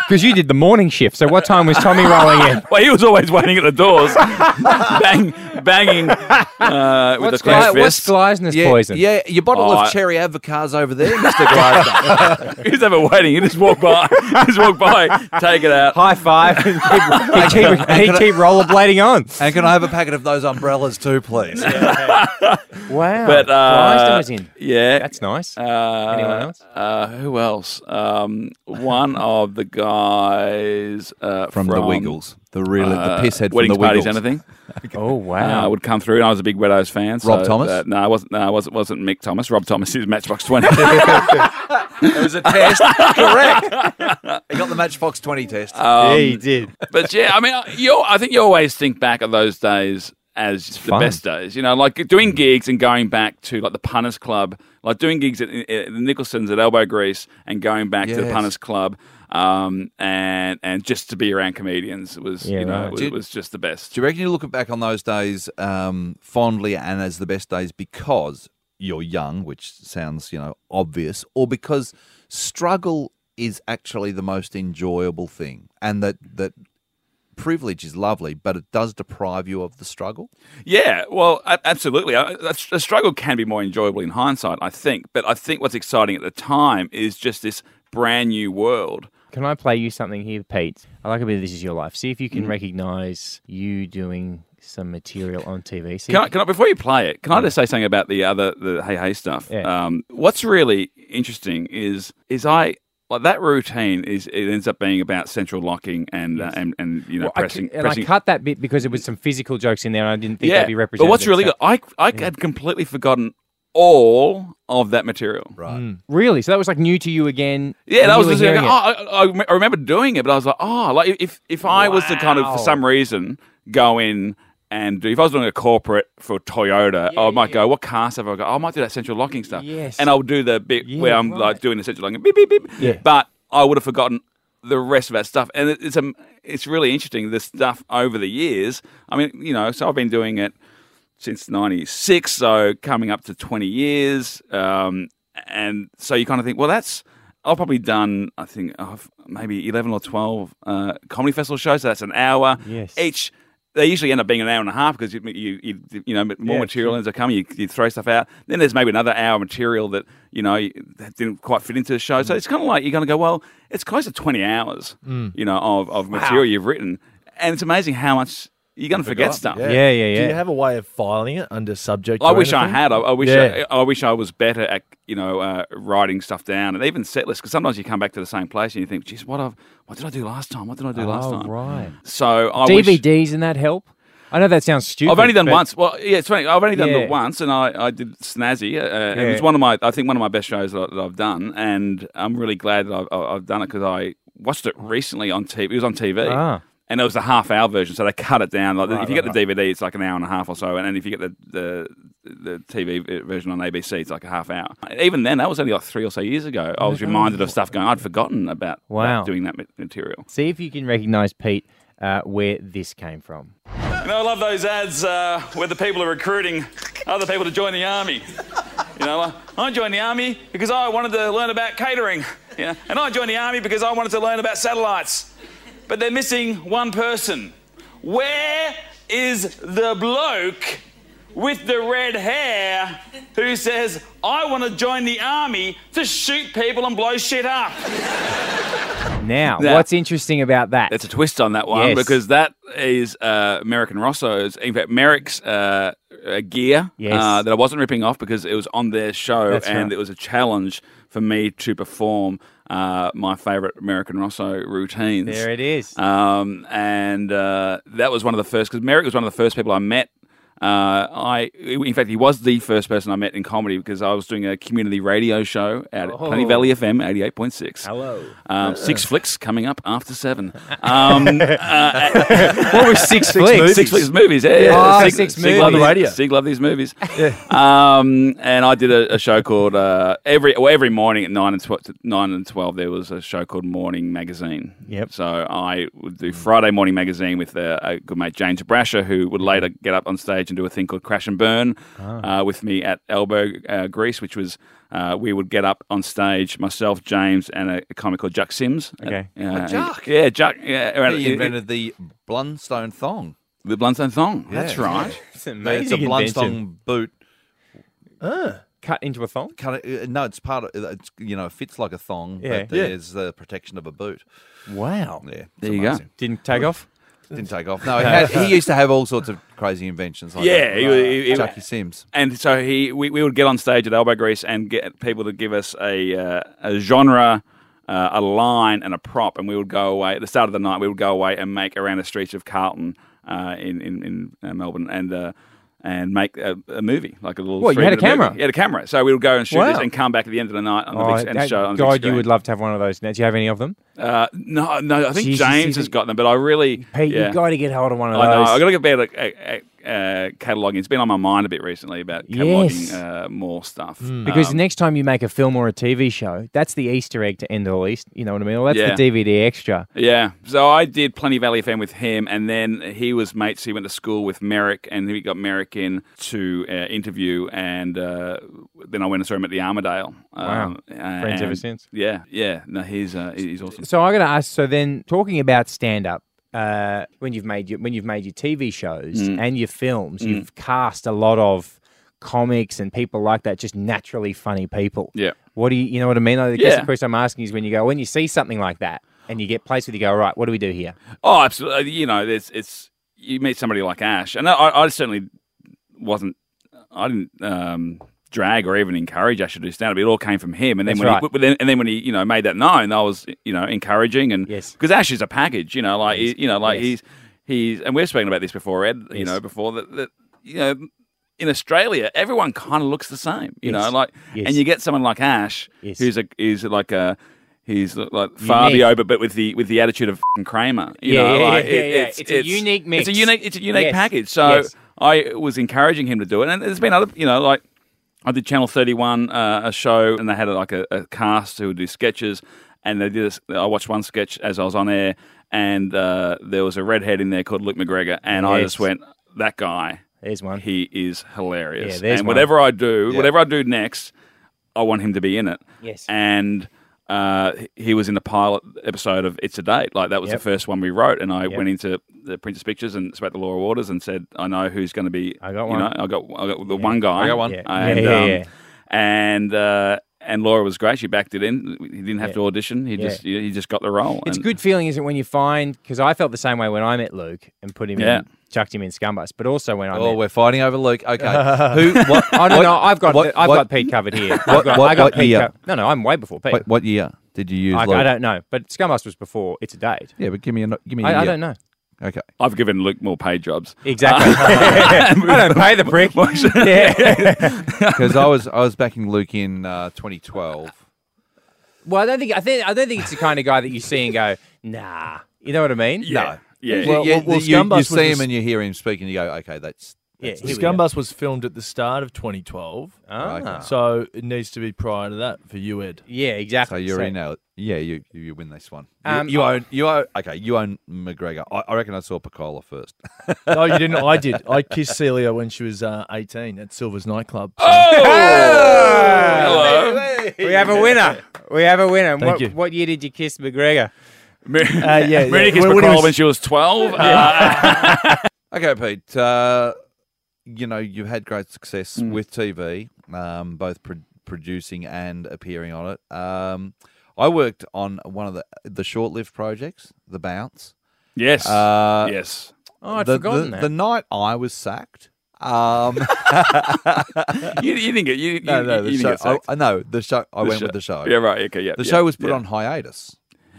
Speaker 1: Because you did the morning shift. So what time was Tommy rolling in?
Speaker 5: Well, he was always waiting at
Speaker 1: [laughs]
Speaker 5: the doors, bang, banging uh, with
Speaker 1: What's,
Speaker 5: the clenched
Speaker 1: Gli- what's
Speaker 5: fist.
Speaker 1: Gleisner's
Speaker 3: Yeah,
Speaker 1: poison?
Speaker 3: yeah, your bottle
Speaker 5: Oh, I-
Speaker 3: of cherry avocados over there, Mister [laughs] Glasner.
Speaker 5: He's ever waiting. He just walk by, [laughs] just walk by, take it out.
Speaker 1: High five.
Speaker 4: [laughs]
Speaker 1: he
Speaker 4: Um,
Speaker 1: keep, he keep, rollerblading on.
Speaker 3: and can I have a packet of those umbrellas too, please?
Speaker 1: Wow.
Speaker 5: But
Speaker 1: Gleisner
Speaker 5: uh,
Speaker 1: was in.
Speaker 5: Yeah,
Speaker 1: That's nice.
Speaker 5: uh,
Speaker 1: Anyone else?
Speaker 5: Uh, who else?
Speaker 1: [laughs]
Speaker 5: Um, one of the guys uh,
Speaker 3: From, the Wiggles, the real
Speaker 5: uh,
Speaker 3: the pisshead from
Speaker 5: weddings
Speaker 3: the Wiggles. [laughs]
Speaker 5: parties, anything.
Speaker 1: oh
Speaker 5: uh,
Speaker 1: wow.
Speaker 5: would come through, and I was a big Red O's fan. so
Speaker 3: Rob Thomas?
Speaker 5: that- no, I wasn't. No, I wasn't. Wasn't Mick Thomas. Rob Thomas is Matchbox Twenty.
Speaker 3: [laughs] It was a test, correct? He got the Matchbox Twenty test.
Speaker 1: yeah, he did.
Speaker 5: but yeah, I mean, you. I think you always think back of those days as the
Speaker 1: fun.
Speaker 5: best days. You know, like doing gigs and going back to like the Punters Club, like doing gigs at, at the Nicholson's at Elbow Grease, and going back to the
Speaker 3: Yes.
Speaker 5: Punters Club, um, and and just to be around comedians was
Speaker 1: Yeah,
Speaker 5: you know
Speaker 1: right.
Speaker 5: was,
Speaker 3: Did-
Speaker 5: was just the best.
Speaker 3: Do you reckon you look back on those days um, fondly and as the best days because you're young, which sounds you know obvious, or because struggle is actually the most enjoyable thing, and that that privilege is lovely, but it does deprive you of the struggle.
Speaker 5: Yeah, well, a- absolutely. I- A a struggle can be more enjoyable in hindsight, I think. But I think what's exciting at the time is just this brand new world.
Speaker 1: Can I play you something here, Pete? I like a bit of This Is Your Life. See if you can recognize you doing some material on TV. See
Speaker 5: Can I, can I, before you play it, can I just say something about the other the hey hey stuff?
Speaker 1: Yeah.
Speaker 5: Um, what's really interesting is is I like that routine is it ends up being about central locking and uh, and and you know
Speaker 1: Well, I
Speaker 5: pressing
Speaker 1: cu- and
Speaker 5: pressing.
Speaker 1: I cut that bit because it was some physical jokes in there, and I didn't think
Speaker 5: yeah,
Speaker 1: they'd be represented.
Speaker 5: but what's really good, I I had completely forgotten all of that material.
Speaker 3: Right.
Speaker 1: Really? So that was like new to you again.
Speaker 5: Yeah,
Speaker 1: and
Speaker 5: that
Speaker 1: you
Speaker 5: was
Speaker 1: were
Speaker 5: the
Speaker 1: hearing
Speaker 5: thing. I, I, "Oh, I remember doing it, but I was like, oh, like if if I was to kind of for some reason go in And if I was doing a corporate for Toyota, I might go, what cars have I got? I might do that central locking stuff.
Speaker 1: Yes.
Speaker 5: And I'll do the bit where I'm like doing the central locking, beep, beep, beep.
Speaker 4: Yeah.
Speaker 5: But I would have forgotten the rest of that stuff. And it, it's, um, it's really interesting, this stuff over the years. I mean, you know, so I've been doing it since 96 so coming up to 20 years um, and so you kind of think well that's i've probably done i think uh, maybe 11 or 12 uh, comedy festival shows so that's an hour
Speaker 1: Yes.
Speaker 5: each they usually end up being an hour and a half because you you, you, you know more material ends up coming you, you throw stuff out then there's maybe another hour material that you know that didn't quite fit into the show
Speaker 1: Mm.
Speaker 5: so it's kind of like you're going to go well it's close to 20 hours you know of, of material you've written and it's amazing how much you're going to forget stuff
Speaker 1: Yeah, yeah,
Speaker 4: Do
Speaker 1: yeah.
Speaker 4: you have a way of filing it under subject?
Speaker 5: I
Speaker 4: or
Speaker 5: wish I
Speaker 4: anything?
Speaker 5: had. I, I wish.
Speaker 4: Yeah.
Speaker 5: I, I wish I was better at you know uh, writing stuff down and even set lists because sometimes you come back to the same place and you think, "Geez, what I've, what did I do last time? What did I do last
Speaker 1: oh,
Speaker 5: time?"
Speaker 1: right.
Speaker 5: So I wish-
Speaker 1: DVDs and that help? I know that sounds stupid.
Speaker 5: I've only done
Speaker 1: but-
Speaker 5: once. Well, yeah, it's funny. I've only done
Speaker 1: Yeah.
Speaker 5: it once, and I, I did Snazzy. Uh, and
Speaker 1: Yeah.
Speaker 5: It was one of my, I think, one of my best shows that, I, that I've done, and I'm really glad that I've, I- I've done it because I watched it recently on TV. It was on TV,
Speaker 1: Ah.
Speaker 5: and it was the half hour version, so they cut it down. Like if you get the DVD, it's like an hour and a half or so, and, then if you get the, the the TV version on ABC, it's like a half hour. Even then, that was only like three or so years ago. I was reminded of stuff going. I'd forgotten about that-
Speaker 1: Wow.
Speaker 5: doing that ma- material.
Speaker 1: See if you can recognize Pete uh, where this came from.
Speaker 8: You know, I love those ads uh, where the people are recruiting other people to join the army. You know, uh, I joined the army because I wanted to learn about catering. You know, and I joined the army because I wanted to learn about satellites. But they're missing one person. Where is the bloke with the red hair who says, I want to join the army to shoot people and blow shit up?
Speaker 1: Now,
Speaker 5: Now-
Speaker 1: what's interesting about that?
Speaker 5: That's a twist on that one
Speaker 1: Yes.
Speaker 5: because that is uh, American Rosso's. In fact, Merrick's uh, uh, gear
Speaker 1: Yes.
Speaker 5: uh, that I wasn't ripping off because it was on their show
Speaker 1: That's
Speaker 5: and
Speaker 1: right.
Speaker 5: it was a challenge for me to perform uh, my favorite American Rosso routines.
Speaker 1: there it is.
Speaker 5: Um, and uh, that was one of the first because Merrick was one of the first people I met. Uh, I, in fact, he was the first person I met in comedy because I was doing a community radio show out at
Speaker 1: Oh.
Speaker 5: Plenty Valley FM eighty-eight point six. Hello,
Speaker 1: Uh,
Speaker 5: um, six flicks coming up after seven.
Speaker 1: [laughs]
Speaker 5: Um, [laughs]
Speaker 1: what was six, flicks?
Speaker 5: Six Flicks movies, yeah. yeah.
Speaker 1: Oh, Six movies.
Speaker 5: loved
Speaker 1: On the
Speaker 5: these-
Speaker 4: radio.
Speaker 5: Sig loved these movies. um, and I did a, a show called uh, every well, every morning at nine and twelve. Nine and twelve, there was a show called Morning Magazine.
Speaker 1: Yep.
Speaker 5: So I would do Friday Morning Magazine with uh, a good mate James Brasher, who would later get up on stage and do a thing called Crash and Burn uh, with me at Elbow uh, Grease, which was. Uh, we would get up on stage, myself, James, and a, a comic called Juck Sims.
Speaker 1: Okay.
Speaker 5: Uh, Juck. Yeah, Juck. Yeah, around-
Speaker 3: He invented the Blundstone thong.
Speaker 5: the Blundstone Thong. That's right.
Speaker 1: It's
Speaker 3: It's a
Speaker 1: amazing invention.
Speaker 3: Blundstone boot.
Speaker 1: Cut into a thong.
Speaker 3: Cut it, uh, no, it's part of it's you know it fits like a thong,
Speaker 1: Yeah.
Speaker 3: but there's the protection of a boot.
Speaker 1: Wow.
Speaker 3: Yeah, it's
Speaker 5: There you go.
Speaker 3: amazing.
Speaker 1: Didn't take off.
Speaker 3: Didn't take off. No, he, had, he used to have all sorts of crazy inventions. Like
Speaker 5: Yeah,
Speaker 3: that.
Speaker 5: he was- he- he-
Speaker 3: Chucky Sims.
Speaker 5: And so he, we, we would get on stage at Elbow Grease and get people to give us a, uh, a genre, uh, a line, and a prop. And we would go away at the start of the night. We would go away and make around the streets of Carlton uh, in in, in uh, Melbourne and. Uh, and make a, a movie, like a little.
Speaker 1: What, you had a
Speaker 5: three-minute
Speaker 1: camera?
Speaker 5: movie. You had a camera, so we would go and shoot
Speaker 1: Wow.
Speaker 5: this, and come back at the end of the night on the
Speaker 1: Oh,
Speaker 5: big, and
Speaker 1: thank
Speaker 5: show it on the big
Speaker 1: God, you
Speaker 5: screen.
Speaker 1: would love to have one of those. Now, do you have any of them?
Speaker 5: Uh, no, no, I think
Speaker 1: Jesus,
Speaker 5: James
Speaker 1: you-
Speaker 5: has got them, but I really,
Speaker 1: Pete,
Speaker 5: yeah.
Speaker 1: you got to get hold of one of
Speaker 5: I know.
Speaker 1: those.
Speaker 5: I got to get better at, at, at uh, cataloging. It's been on my mind a bit recently about
Speaker 1: Yes.
Speaker 5: cataloging
Speaker 1: Hmm.
Speaker 5: uh, more stuff
Speaker 1: Because
Speaker 5: Um,
Speaker 1: next time you make a film or a TV show, that's the Easter egg to end all East. You know what I mean? Well, that's
Speaker 5: Yeah.
Speaker 1: the DVD extra.
Speaker 5: yeah, so I did Plenty Valley FM with him, and then he was mates. He went to school with Merrick, and he got Merrick in to uh, interview, and uh, then I went and saw him at the Armadale.
Speaker 1: Wow.
Speaker 5: uh,
Speaker 1: Friends ever
Speaker 5: and-
Speaker 1: since.
Speaker 5: Yeah, yeah. No, he's uh, he- he's awesome.
Speaker 1: So I got to ask. So then, talking about stand up, uh, when you've made your when you've made your TV shows
Speaker 3: Mm.
Speaker 1: and your films, you've cast a lot of comics and people like that, just naturally funny people.
Speaker 5: Yeah.
Speaker 1: What do you you know what I mean? Like, I guess
Speaker 5: Yeah.
Speaker 1: the question I'm asking is when you go when you see something like that and you get placed with, you go, all right, what do we do here?
Speaker 5: Oh, absolutely. You know, there's it's you meet somebody like Ash, and I, I I certainly wasn't. I didn't um, drag or even encourage Ash to do stand up. It all came from him, and then
Speaker 1: That's
Speaker 5: when
Speaker 1: right.
Speaker 5: he, but then, and then when he you know made that known, I was you know encouraging and
Speaker 1: Yes.
Speaker 5: because Ash is a package. You know, like he, you know, like
Speaker 1: Yes.
Speaker 5: he's he's and we've spoken about this before, Ed. You
Speaker 1: Yes.
Speaker 5: know, before that, that you know. In Australia, everyone kind of looks the same, you
Speaker 1: Yes.
Speaker 5: know. Like,
Speaker 1: Yes.
Speaker 5: and you get someone like Ash,
Speaker 1: Yes.
Speaker 5: who's a is like a He's like Fabio, but, but with the with the attitude of f***ing Kramer. You
Speaker 1: Yeah,
Speaker 5: know,
Speaker 1: yeah,
Speaker 5: like,
Speaker 1: yeah, yeah, yeah. It's a unique mix.
Speaker 5: It's a unique. It's a unique
Speaker 1: Yes.
Speaker 5: package. So
Speaker 1: Yes.
Speaker 5: I was encouraging him to do it, and there's been other, you know, like I did Channel 31 uh, a show, and they had like a, a cast who would do sketches, and they did. This, I watched one sketch as I was on air, and uh, there was a redhead in there called Luke McGregor, and I
Speaker 1: Yes.
Speaker 5: just went, that guy.
Speaker 1: There's one.
Speaker 5: He is hilarious.
Speaker 1: Yeah, there's
Speaker 5: and
Speaker 1: one.
Speaker 5: whatever I do, whatever I do next, I want him to be in it.
Speaker 1: Yes.
Speaker 5: And uh, he- he was in the pilot episode of It's a Date. Like that was
Speaker 1: Yep.
Speaker 5: the first one we wrote, and I
Speaker 1: Yep.
Speaker 5: went into the Princess Pictures and spoke to Laura Waters and said, "I know who's going to be.
Speaker 1: I got
Speaker 5: you
Speaker 1: one.
Speaker 5: know, I got I got the one guy. I got
Speaker 1: one. Yeah.
Speaker 5: And,
Speaker 1: Yeah, yeah,
Speaker 5: um,
Speaker 1: yeah.
Speaker 5: and uh, and Laura was great. She backed it in. He didn't have to audition. He
Speaker 1: Yeah.
Speaker 5: just he just got the role.
Speaker 1: It's a
Speaker 5: And-
Speaker 1: good feeling, isn't it, when you find because I felt the same way when I met Luke and put him
Speaker 5: Yeah.
Speaker 1: in, chucked him in Scumbus, but also when I
Speaker 3: Oh,
Speaker 1: met.
Speaker 3: we're fighting over Luke. Okay, who? What,
Speaker 1: I don't
Speaker 3: what-
Speaker 1: know. I've got
Speaker 3: what-
Speaker 1: I've
Speaker 3: what-
Speaker 1: got Pete covered here. I've
Speaker 3: [laughs] what-
Speaker 1: got,
Speaker 3: what-
Speaker 1: I got
Speaker 3: what
Speaker 1: Pete.
Speaker 3: year?
Speaker 1: co- no, no, I'm way before Pete.
Speaker 3: Wait, what year did you use?
Speaker 1: I,
Speaker 3: Luke?
Speaker 1: I don't know, but Scumbus was before. It's a date.
Speaker 3: Yeah, but give me a no- give me. a
Speaker 1: I, I
Speaker 3: year.
Speaker 1: don't know
Speaker 3: Okay.
Speaker 5: I've given Luke more paid jobs.
Speaker 1: exactly. I don't pay the prick. yeah.
Speaker 3: because I was I was backing Luke in uh, 2012.
Speaker 1: Well, I don't think I think I don't think it's the kind of guy that you see and go, nah. You know what I mean?
Speaker 5: Yeah. Yeah.
Speaker 4: Well,
Speaker 3: Yeah,
Speaker 4: well, well,
Speaker 3: you,
Speaker 4: Scumbus
Speaker 3: you
Speaker 4: was
Speaker 3: see him
Speaker 4: just-
Speaker 3: and you hear him speak, and you go, "Okay, that's
Speaker 1: Yeah. here we go.
Speaker 4: Scumbus was filmed at the start of 2012,
Speaker 1: Ah.
Speaker 4: so it needs to be prior to that for you, Ed.
Speaker 1: Yeah.
Speaker 3: so
Speaker 1: Exactly.
Speaker 3: you're in now." Yeah, you you- you win this one. You-
Speaker 1: Um,
Speaker 3: you, own you own okay. You own McGregor. I, I reckon I saw Picola first.
Speaker 4: No, you didn't. I did. I kissed Celia when she was uh, 18 at Silver's nightclub. So
Speaker 1: Oh! Uh,
Speaker 5: [laughs]
Speaker 1: We have a winner. We have a winner. And
Speaker 4: Thank
Speaker 1: what,
Speaker 4: you.
Speaker 1: what year did you kiss McGregor?
Speaker 4: uh, yeah, yeah.
Speaker 5: Mary kissed
Speaker 4: When- when he
Speaker 5: McCall
Speaker 4: was-
Speaker 5: when she
Speaker 1: [laughs]
Speaker 5: was 12. Uh,
Speaker 3: Okay, Pete. Uh, you know you've had great success with TV, um, both pro- producing and appearing on it. Um, I worked on one of the the short-lived projects, The Bounce.
Speaker 5: yes.
Speaker 3: Uh,
Speaker 5: yes.
Speaker 1: Oh, I'd
Speaker 3: the,
Speaker 1: forgotten
Speaker 3: the,
Speaker 1: that.
Speaker 3: the night I was sacked. [laughs] Um,
Speaker 5: You, you didn't get you, you,
Speaker 3: no, no, [laughs]
Speaker 5: you,
Speaker 3: the
Speaker 5: you
Speaker 3: show.
Speaker 5: didn't get
Speaker 3: I,
Speaker 5: sacked.
Speaker 3: I know the show. I
Speaker 5: The
Speaker 3: went
Speaker 5: show-
Speaker 3: with the show.
Speaker 5: Yeah, right. Okay, yeah.
Speaker 3: The
Speaker 5: yeah,
Speaker 3: show was put
Speaker 5: yeah.
Speaker 3: on hiatus.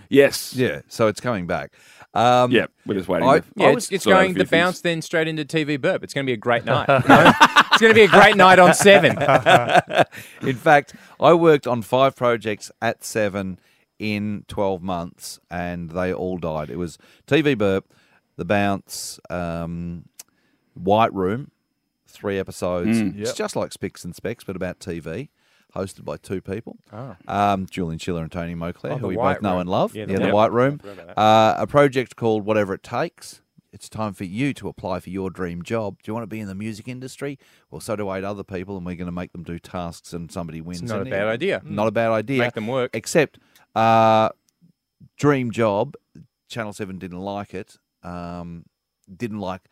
Speaker 5: Yes.
Speaker 3: Yeah, so it's coming back. Um,
Speaker 5: Yeah, we're just waiting.
Speaker 3: I-
Speaker 5: to-
Speaker 1: Yeah,
Speaker 3: I
Speaker 1: it's,
Speaker 3: was-
Speaker 1: it's
Speaker 5: Sorry, a
Speaker 1: going
Speaker 5: few
Speaker 1: the
Speaker 5: things.
Speaker 1: bounce, then straight into TV burp. It's going to be a great night. it's going to be a great night on Seven.
Speaker 3: In fact, I worked on five projects at seven in 12 months and they all died. It was TV Burp, The Bounce, um, White Room, three episodes.
Speaker 1: Mm,
Speaker 3: It's just like Spicks and Specks, but about TV. Hosted by two people, um, Julian Schiller and Tony Moclair, who
Speaker 1: Ah. Oh, The
Speaker 3: we
Speaker 1: White
Speaker 3: both know
Speaker 1: Room.
Speaker 3: and love.
Speaker 1: Yeah,
Speaker 3: Yeah,
Speaker 1: The
Speaker 3: the,
Speaker 1: White
Speaker 3: White Room. Uh, a project called Whatever It Takes. It's time for you to apply for your dream job. Do you want to be in the music industry? Well, so do eight other people, and we're going to make them do tasks, and somebody wins.
Speaker 1: not
Speaker 3: and
Speaker 1: a bad idea.
Speaker 3: Not a bad idea.
Speaker 1: Make them work.
Speaker 3: Except, uh, dream job. Channel Seven didn't like it. Um, didn't like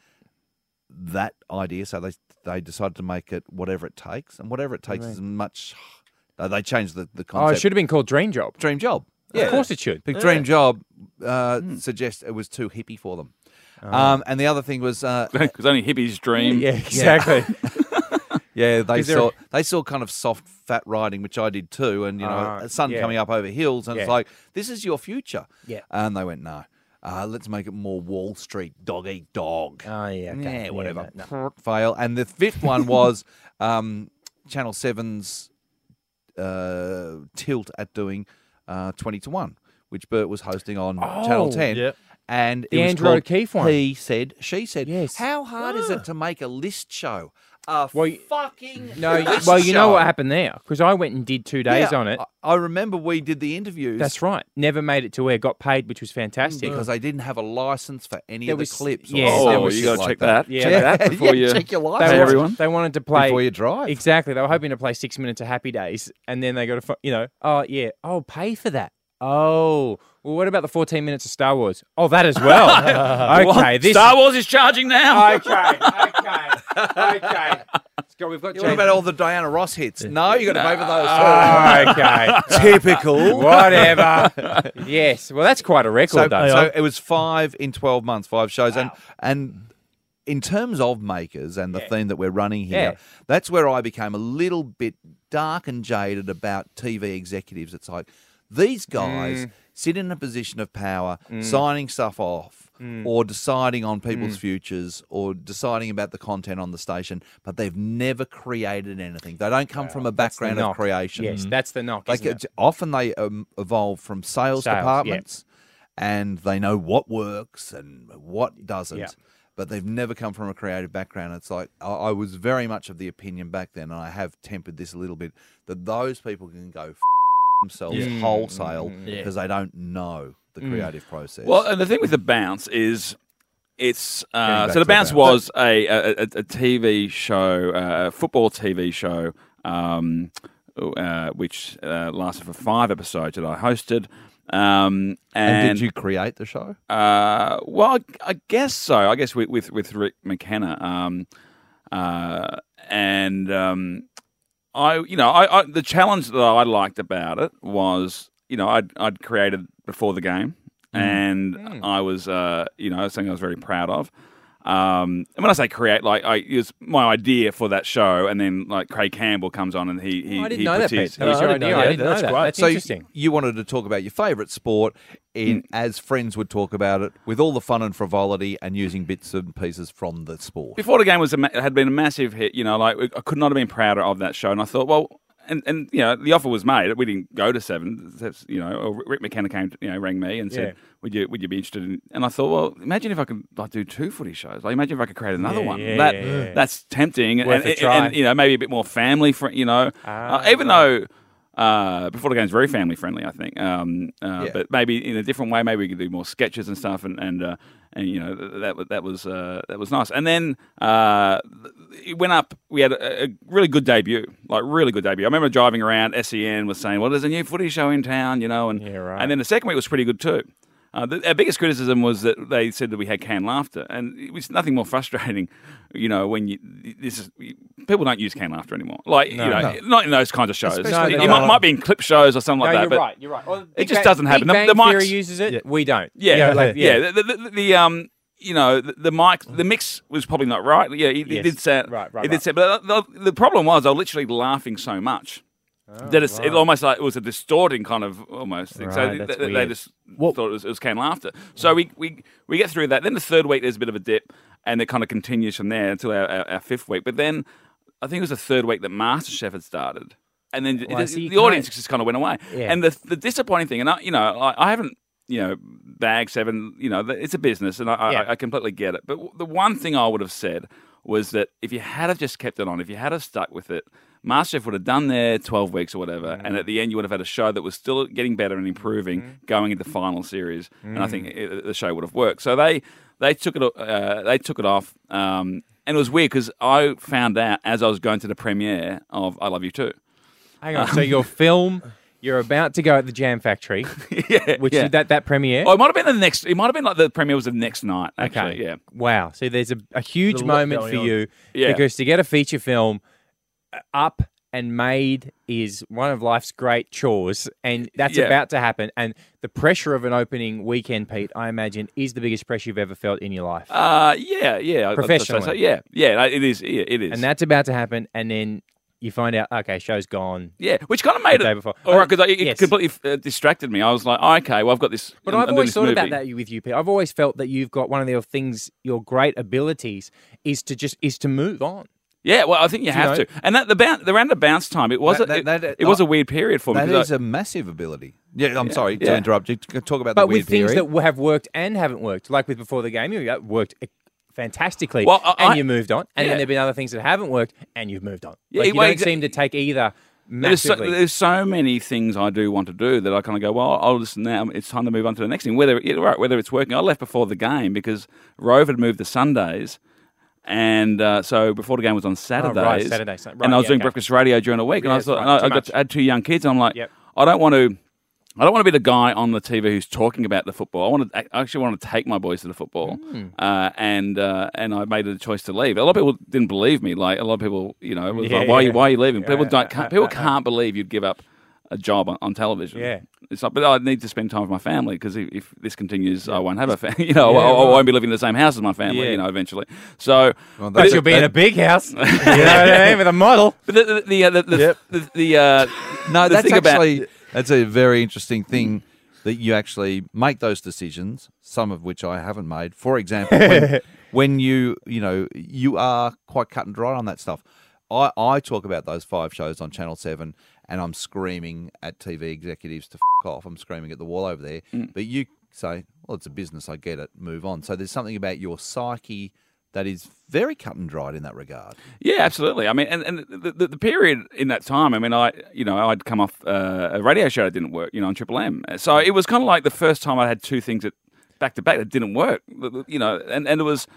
Speaker 3: that idea, so they they decided to make it whatever it takes, and whatever it takes is much. Uh, they changed the the
Speaker 1: oh,
Speaker 3: concept.
Speaker 1: it should have been called Dream Job.
Speaker 3: dream job. Yeah,
Speaker 1: Of course it should.
Speaker 3: Big Dream Job uh,
Speaker 1: hmm.
Speaker 3: suggests it was too hippie for them.
Speaker 1: Ah.
Speaker 3: Um, and the other thing
Speaker 1: [laughs]
Speaker 3: was, uh,
Speaker 5: [laughs] Because only hippies dream.
Speaker 1: Yeah, [laughs] exactly.
Speaker 3: yeah, they
Speaker 1: Is there-
Speaker 3: saw they saw kind of soft fat riding, which I did too, and you know,
Speaker 1: Ah,
Speaker 3: sun
Speaker 1: yeah.
Speaker 3: coming up over hills, and it's
Speaker 1: Yeah.
Speaker 3: like this is your future.
Speaker 1: Yeah.
Speaker 3: and they went no. Uh, let's make it more Wall Street dog eat dog.
Speaker 1: Oh, yeah, okay. Yeah,
Speaker 3: yeah, whatever.
Speaker 1: no,
Speaker 3: Fail. And the
Speaker 1: [laughs]
Speaker 3: fifth one was um, Channel 7's uh, tilt at doing uh, 20 to 1, which Bert was hosting on Channel 10.
Speaker 4: yep.
Speaker 3: And it
Speaker 1: Oh, The
Speaker 3: was
Speaker 1: Andrew
Speaker 3: called
Speaker 1: O'Keefe one.
Speaker 3: He said, she said.
Speaker 1: Yes. Ah.
Speaker 3: How hard is it to make a list show? A
Speaker 1: Well, y-
Speaker 3: fucking
Speaker 1: no, y-
Speaker 3: list
Speaker 1: well, you know
Speaker 3: show.
Speaker 1: what happened there because I went and did two days
Speaker 3: Yeah,
Speaker 1: on it.
Speaker 3: I, I remember we did the interviews.
Speaker 1: That's right. Never made it to air. Got paid, which was fantastic.
Speaker 3: Because they didn't have a license for any
Speaker 1: There
Speaker 3: of the
Speaker 1: was-
Speaker 3: clips. or
Speaker 1: yeah,
Speaker 3: something
Speaker 1: there
Speaker 5: Oh,
Speaker 1: was
Speaker 5: you
Speaker 3: like
Speaker 5: got to check that.
Speaker 1: Yeah.
Speaker 5: Check
Speaker 3: [laughs]
Speaker 5: that before
Speaker 3: yeah,
Speaker 5: you.
Speaker 3: check your
Speaker 1: they
Speaker 3: license.
Speaker 5: Hey,
Speaker 1: wa-
Speaker 5: everyone.
Speaker 1: They wanted to play
Speaker 3: Before you drive.
Speaker 1: Exactly. They were hoping to play six minutes of Happy Days, and then they got a, pho- you know, oh yeah, I'll pay for that. Oh, well, what about the fourteen minutes of Star Wars? Oh, that as well. okay,
Speaker 5: What?
Speaker 1: this.
Speaker 5: Star Wars is charging now.
Speaker 1: okay, okay, [laughs] okay. Let's go. We've got.
Speaker 3: What about all the Diana Ross hits? No, you got to pay for those.
Speaker 1: Oh, okay. [laughs] Typical.
Speaker 3: [laughs]
Speaker 1: Whatever. [laughs] yes. Well, that's quite a record,
Speaker 3: So,
Speaker 1: though.
Speaker 3: so it was five in twelve months, five shows, and and in terms of makers and the theme that we're running here,
Speaker 1: Yeah.
Speaker 3: that's where I became a little bit dark and jaded about TV
Speaker 1: Mm.
Speaker 3: executives. It's like these guys sit in a position of power, signing stuff off.
Speaker 1: Mm.
Speaker 3: or deciding on people's futures or deciding about the content on the station, but they've never created anything. They don't come from a background of
Speaker 1: knock.
Speaker 3: creation.
Speaker 1: Yes, that's the knock.
Speaker 3: Like
Speaker 1: isn't it?
Speaker 3: it's- often they um, evolve from sales,
Speaker 1: Sales, yeah.
Speaker 3: departments, and they know what works and what doesn't.
Speaker 1: Yeah.
Speaker 3: But they've never come from a creative background. It's like I, I was very much of the opinion back then, and I have tempered this a little bit that those people can go f- themselves wholesale
Speaker 1: Mm-hmm.
Speaker 3: because they don't know the
Speaker 1: Mm.
Speaker 3: creative process.
Speaker 5: [laughs] Well,
Speaker 1: uh,
Speaker 5: and the thing with the bounce is it's
Speaker 3: Getting
Speaker 5: uh,
Speaker 3: back
Speaker 5: so
Speaker 3: to
Speaker 5: the bounce
Speaker 3: Bounce.
Speaker 5: was a a, a, a TV show, uh, a football TV show, um, uh, which uh, lasted for five episodes that I hosted. Um,
Speaker 3: and,
Speaker 5: and,
Speaker 3: did you create the show?
Speaker 5: Uh, well, I, I guess so. I guess with with, with Rick McKenna, um, uh, and um, I, you know, I, I the challenge that I liked about it was, you know, I'd I'd created before the game,
Speaker 1: Mm.
Speaker 5: and I was, uh, you know, something I was very proud of. Um, and when I say create, like I it was my idea for that show, and then like Craig Campbell comes on and he he
Speaker 1: Oh, I didn't
Speaker 5: uh,
Speaker 1: know that.
Speaker 5: he puts
Speaker 1: Pete.
Speaker 5: his-
Speaker 1: That was
Speaker 4: I
Speaker 1: your
Speaker 4: didn't know
Speaker 1: idea.
Speaker 4: that.
Speaker 1: I didn't
Speaker 4: That's
Speaker 1: know that.
Speaker 4: great.
Speaker 1: That's
Speaker 3: so you-
Speaker 1: interesting. Mm.
Speaker 3: You, wanted to talk about your favourite sport in as friends would talk about it with all the fun and frivolity and using bits and pieces from the sport.
Speaker 5: before the game was a ma- had been a massive hit. You know, like I could not have been prouder of that show. And I thought, well, and and you know, the offer was made. We didn't go to seven. That's, you know, or Rick McKenna came, to- you know, rang me and said,
Speaker 1: Yeah.
Speaker 5: would you would you be interested? in And I thought, well, imagine if I could like do two footy shows. Like imagine if I could create another
Speaker 1: Yeah,
Speaker 5: one.
Speaker 1: yeah,
Speaker 5: that
Speaker 1: yeah, yeah.
Speaker 5: that's tempting.
Speaker 1: Worth
Speaker 5: and,
Speaker 1: a
Speaker 5: and-
Speaker 1: try.
Speaker 5: and, you know, maybe a bit more family friend. You know,
Speaker 1: Ah,
Speaker 5: uh, even though. Uh, before the game's very family friendly, I think. Um, uh,
Speaker 3: Yeah.
Speaker 5: But maybe in a different way. Maybe we could do more sketches and stuff, and and uh, and you know th- that wa- that was uh, that was nice. And then uh, th- it went up. We had a, a really good debut, like really good debut. I remember driving around. Sen was saying, "Well, there's a new footy show in town," you know, and
Speaker 1: Yeah, right.
Speaker 5: and then the second week was pretty good too. Uh, the, our biggest criticism was that they said that we had canned laughter, and it was nothing more [laughs] frustrating, you know, when you this is people don't use canned laughter anymore. Like you know, not in those kinds of shows.
Speaker 1: Especially
Speaker 5: it
Speaker 1: not
Speaker 5: might,
Speaker 1: on-
Speaker 5: might be in clip shows or something
Speaker 1: No,
Speaker 5: like that.
Speaker 1: you're
Speaker 5: but
Speaker 1: right. You're right. Well, Big
Speaker 5: just
Speaker 1: Bang-
Speaker 5: doesn't
Speaker 1: Big
Speaker 5: happen. The-
Speaker 1: Bang
Speaker 5: the mics-
Speaker 1: Theory uses it. We don't.
Speaker 5: Yeah,
Speaker 1: You know,
Speaker 5: yeah,
Speaker 1: like, yeah.
Speaker 5: The, the, the, the, um, you know, the, the mic, the mix was probably not right. Yeah, it, it
Speaker 1: Yes.
Speaker 5: did sound
Speaker 1: Right, right,
Speaker 5: It did
Speaker 1: right.
Speaker 5: sound, but the, the problem was I was literally laughing so much.
Speaker 1: Oh,
Speaker 5: that it's, it almost like it was a distorting kind of almost thing. so
Speaker 1: Right,
Speaker 5: th-
Speaker 1: that's
Speaker 5: th- they
Speaker 1: weird.
Speaker 5: just thought it was, it was canned laughter. So we, we we get through that. Then the third week there's a bit of a dip, and it kind of continues from there until our, our, our fifth week. But then I think it was the third week that MasterChef had started, and then
Speaker 1: Well,
Speaker 5: the,
Speaker 1: so you
Speaker 5: the audience
Speaker 1: can't-
Speaker 5: just kind of went away.
Speaker 1: Yeah.
Speaker 5: And the the disappointing thing, and I you know I, I haven't you know bag seven you know it's a business, and I, I
Speaker 1: Yeah.
Speaker 5: I, I completely get it. But w- the one thing I would have said was that if you had have just kept it on, if you had have stuck with it, MasterChef would have done their 12 weeks or whatever, and
Speaker 1: Mm.
Speaker 5: at the end you would have had a show that was still getting better and improving
Speaker 1: Mm-hmm.
Speaker 5: going into the final series, and I
Speaker 1: Mm.
Speaker 5: think it, the show would have worked. So they they took it uh, they took it off, um, and it was weird because I found out as I was going to the premiere of I Love You Too.
Speaker 1: Hang on. So your film, you're about to go at the Jam Factory,
Speaker 5: [laughs] yeah,
Speaker 1: which
Speaker 5: yeah.
Speaker 1: is that that premiere.
Speaker 5: Oh, it might have been the next. It might have been like the premiere was the next night. Actually, yeah.
Speaker 1: Wow. So there's a, a huge
Speaker 4: There's a lot
Speaker 1: moment
Speaker 4: going
Speaker 1: for
Speaker 4: on.
Speaker 1: you
Speaker 5: Yeah.
Speaker 1: because to get a feature film uh, up and made is one of life's great chores, and that's
Speaker 5: Yeah.
Speaker 1: about to happen. And the pressure of an opening weekend, Pete, I imagine, is the biggest pressure you've ever felt in your life.
Speaker 5: Uh, yeah, yeah. I'd- I'd say so.
Speaker 1: Professionally.
Speaker 5: yeah, yeah. no, It is. Yeah, it is.
Speaker 1: and that's about to happen, and then you find out, okay, show's gone.
Speaker 5: Yeah, which kind of made
Speaker 1: The day
Speaker 5: it.
Speaker 1: before.
Speaker 5: All right, because it
Speaker 1: Yes.
Speaker 5: completely uh, distracted me. I was like, oh, okay, well, I've got this.
Speaker 1: But I've
Speaker 5: I'm- I'm doing
Speaker 1: always
Speaker 5: this
Speaker 1: thought about
Speaker 5: movie.
Speaker 1: that with you, Pete. I've always felt that you've got one of the things, your great abilities, is to just is to move on.
Speaker 5: Yeah, well, I think you have
Speaker 1: know?
Speaker 5: to. And that the bounce, the round of bounce time, it was
Speaker 3: That-
Speaker 5: a, it,
Speaker 3: that- that-
Speaker 5: it was
Speaker 1: oh.
Speaker 5: a weird period for me.
Speaker 3: That
Speaker 5: 'cause
Speaker 3: is
Speaker 5: I-
Speaker 3: a massive ability. Yeah, I'm sorry to
Speaker 5: yeah.
Speaker 3: interrupt you. T- Talk about the
Speaker 1: But
Speaker 3: weird
Speaker 1: with things
Speaker 3: theory.
Speaker 1: that w- have worked and haven't worked, like with before the game, you got- worked e- fantastically,
Speaker 5: Well, I-
Speaker 1: and
Speaker 5: I-
Speaker 1: you moved on. And
Speaker 5: yeah.
Speaker 1: then there've been other things that haven't worked, and you've moved on.
Speaker 5: Yeah,
Speaker 1: Like, you
Speaker 5: well,
Speaker 1: don't
Speaker 5: exa-
Speaker 1: seem to take either
Speaker 5: there's so,
Speaker 1: massively.
Speaker 5: there's so many things I do want to do that I kind of go, well, I'll just now it's time to move on to the next thing. Whether yeah, right, whether it's working, I left before the game because Rove had moved to Sundays, and uh, so before the game was on Saturdays.
Speaker 1: Oh, Saturday, Sun- right,
Speaker 5: and I was
Speaker 1: yeah,
Speaker 5: doing
Speaker 1: okay.
Speaker 5: breakfast radio during the week, and I
Speaker 1: Yeah,
Speaker 5: was like,
Speaker 1: right,
Speaker 5: and
Speaker 1: too
Speaker 5: I- I got
Speaker 1: much.
Speaker 5: I had two young kids, and I'm like,
Speaker 1: Yep.
Speaker 5: I don't want to. I don't want to be the guy on the TV who's talking about the football. I want to I actually want to take my boys to the football,
Speaker 1: Hmm.
Speaker 5: uh, and uh, and I made the choice to leave. A lot of people didn't believe me. Like a lot of people, you know, it was
Speaker 1: Yeah,
Speaker 5: like, why are you
Speaker 1: yeah.
Speaker 5: why are you leaving? people
Speaker 1: yeah,
Speaker 5: don't
Speaker 1: [laughs]
Speaker 5: can't, people can't believe you'd give up a job on, on television.
Speaker 1: Yeah.
Speaker 5: it's like, but I need to spend time with my family because if, if this continues, I won't have a family. [laughs] You know, I, I won't be living in the same house as my family.
Speaker 1: Yeah.
Speaker 5: You know, eventually. So,
Speaker 1: but
Speaker 3: that's
Speaker 1: you'll
Speaker 3: a-
Speaker 1: be in a big
Speaker 5: [laughs]
Speaker 1: house, you know what I mean, with a model.
Speaker 5: but the the the, uh, the, the,
Speaker 4: Yep.
Speaker 5: the, the uh,
Speaker 3: no,
Speaker 5: the
Speaker 3: that's
Speaker 5: thing about-
Speaker 3: actually that's a very interesting thing that you actually make those decisions, some of which I haven't made. For example, [laughs] when, when you you know you are quite cut and dry on that stuff. I, I talk about those five shows on Channel Seven, and I'm screaming at TV executives to f- off. I'm screaming at the wall over there. But you say, well, it's a business. I get it. Move on. So there's something about your psyche that is very cut and dried in that regard.
Speaker 5: Yeah, absolutely. I mean, and, and the, the, the period in that time, I mean, I you know I'd come off uh, a radio show that didn't work, you know, on Triple M. So it was kind of like the first time I had two things that back to back that didn't work, you know, and, and it was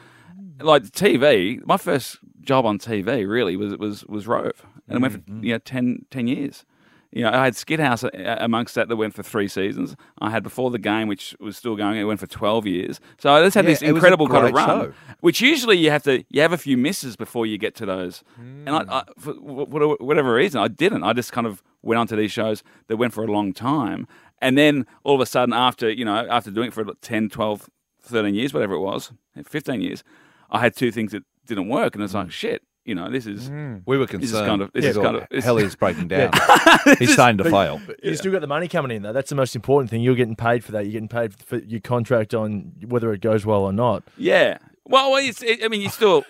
Speaker 5: like TV. My first job on TV really was was was Rove, and it went
Speaker 3: Mm-hmm.
Speaker 5: for you know 10, 10 years. You know, I had Skid House uh, amongst that that went for three seasons. I had Before the Game, which was still going. It went for twelve years. So I just had
Speaker 3: Yeah,
Speaker 5: this
Speaker 3: it was a
Speaker 5: incredible kind of
Speaker 3: great
Speaker 5: run.
Speaker 3: show.
Speaker 5: Which usually you have to you have a few misses before you get to those. And I,
Speaker 1: Hmm.
Speaker 5: I for wh- wh- whatever reason, I didn't. I just kind of went onto these shows that went for a long time, and then all of a sudden, after you know, after doing it for 10, 12, 13 years, whatever it was, eh, fifteen years, I had two things that didn't work, and it's
Speaker 1: Hmm.
Speaker 5: like shit. You know, this is
Speaker 3: We were
Speaker 5: This
Speaker 3: concerned.
Speaker 5: is kind of- this is
Speaker 3: all-
Speaker 5: kind of- this
Speaker 3: hell
Speaker 5: is-
Speaker 3: [laughs] is breaking down. He's starting to fail.
Speaker 4: You still got the money coming in though. That's the most important thing. You're getting paid for that. You're getting paid for your contract on whether it goes well or not.
Speaker 5: yeah. Well, well, it's, it, I mean, you
Speaker 1: [laughs]
Speaker 5: still,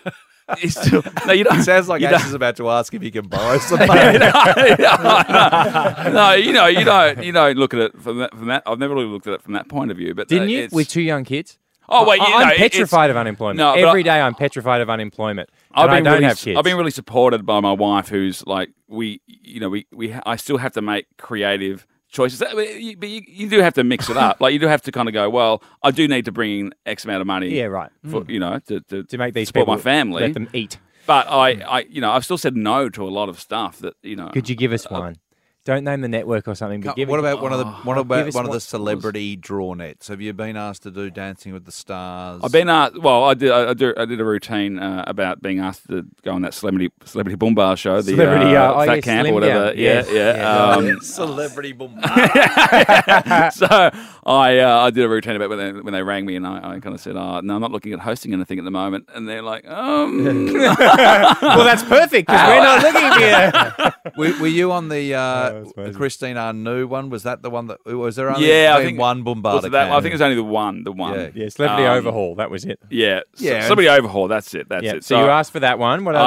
Speaker 5: you still. No, you don't. [laughs]
Speaker 3: Sounds like
Speaker 5: you
Speaker 3: Ash
Speaker 5: don't-
Speaker 3: is about to ask if he can [laughs] borrow some money.
Speaker 5: no, no, you know, you don't, you don't look at it from that. From that, I've never really looked at it from that point of view. But uh,
Speaker 1: Didn't you?
Speaker 5: it's-
Speaker 1: With two young kids?
Speaker 5: Oh wait, you
Speaker 1: I-
Speaker 5: know,
Speaker 1: I'm
Speaker 5: it- it's-
Speaker 1: petrified of unemployment.
Speaker 5: No, but
Speaker 1: Every
Speaker 5: I-
Speaker 1: day I'm petrified of unemployment.
Speaker 5: I've
Speaker 1: And I
Speaker 5: been
Speaker 1: don't
Speaker 5: really,
Speaker 1: have kids.
Speaker 5: I've been really supported by my wife, who's like, we, you know, we, we, I still have to make creative choices, Uh, but you, but you, you do have to mix
Speaker 1: [laughs]
Speaker 5: it up. like you do have to kind of go, well, I do need to bring in X amount of money.
Speaker 1: Yeah, right. Hmm.
Speaker 5: For, You know, to, to,
Speaker 1: to make these
Speaker 5: support
Speaker 1: people
Speaker 5: my family.
Speaker 1: Let them eat.
Speaker 5: But I, I, you know, I've still said no to a lot of stuff that you know.
Speaker 1: Could you give
Speaker 5: Uh,
Speaker 1: us one? Don't name the network or something. But give
Speaker 3: what
Speaker 1: it-
Speaker 3: about one of the what
Speaker 1: give
Speaker 3: about
Speaker 1: us
Speaker 3: one of
Speaker 1: one-
Speaker 3: the celebrity draw nets? Have you been asked to do Dancing with the Stars?
Speaker 5: I've been asked. Well, I did. I, I, do, I did a routine uh, about being asked to go on that celebrity celebrity boom bar show, the
Speaker 1: Celebrity,
Speaker 5: uh,
Speaker 1: uh, oh,
Speaker 5: fat
Speaker 1: yeah,
Speaker 5: camp
Speaker 1: Slim
Speaker 5: or whatever.
Speaker 1: Down.
Speaker 5: Yeah,
Speaker 1: Yes.
Speaker 5: yeah.
Speaker 1: Yeah.
Speaker 3: [laughs]
Speaker 5: Um,
Speaker 3: celebrity boom.
Speaker 5: [laughs] so I uh, I did a routine about when they, when they rang me and I, I kind of said, oh, no, I'm not looking at hosting anything at the moment. And they're like, um, [laughs]
Speaker 1: well, that's perfect because we're not looking here.
Speaker 3: were, were you on the
Speaker 1: that
Speaker 3: uh,
Speaker 1: was Oh, amazing.
Speaker 3: Christine Arnoux one? Was that the one that was there only
Speaker 5: yeah, I
Speaker 3: been
Speaker 5: think
Speaker 3: one
Speaker 5: was
Speaker 3: Bombarda?
Speaker 5: it that, I
Speaker 3: came?
Speaker 5: think it was only the one, the one.
Speaker 3: Yeah.
Speaker 1: Yeah, celebrity
Speaker 5: Um,
Speaker 1: overhaul. That was it.
Speaker 5: Yeah, so-
Speaker 3: Yeah.
Speaker 5: somebody overhaul. That's it. That's
Speaker 1: Yeah.
Speaker 5: it.
Speaker 1: So, you asked for that one. What
Speaker 5: Uh,
Speaker 1: else?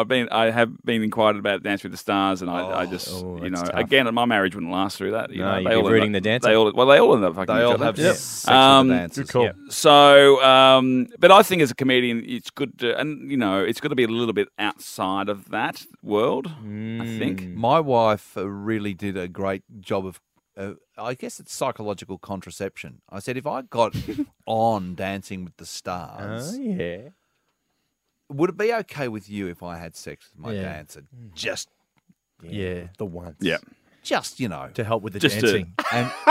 Speaker 5: I've been, I have been inquired about Dance with the Stars, and I, I just, you know,
Speaker 1: that's tough.
Speaker 5: again, my marriage wouldn't last through that. You
Speaker 1: No,
Speaker 5: know,
Speaker 1: you'd
Speaker 5: they
Speaker 1: be
Speaker 5: all end
Speaker 1: rooting
Speaker 5: up-
Speaker 1: the dancer.
Speaker 5: They all, well, they all end up fucking
Speaker 3: They
Speaker 5: each
Speaker 3: all
Speaker 5: other.
Speaker 3: have sex
Speaker 5: Um,
Speaker 3: with the dancers.
Speaker 1: call.
Speaker 5: So, um, but I think as a comedian, it's good to, and you know, it's got to be a little bit outside of that world. I think.
Speaker 3: My wife uh, really did a great job of, uh, I guess it's psychological contraception. I said, if I got on Dancing with the Stars,
Speaker 1: Oh, yeah.
Speaker 3: would it be okay with you if I had sex with my
Speaker 4: Yeah.
Speaker 3: dancer? Just,
Speaker 4: Yeah,
Speaker 1: The one.
Speaker 5: Yeah,
Speaker 3: just you know. [laughs]
Speaker 4: to help with the
Speaker 5: Just to-
Speaker 4: dancing.
Speaker 3: And, [laughs]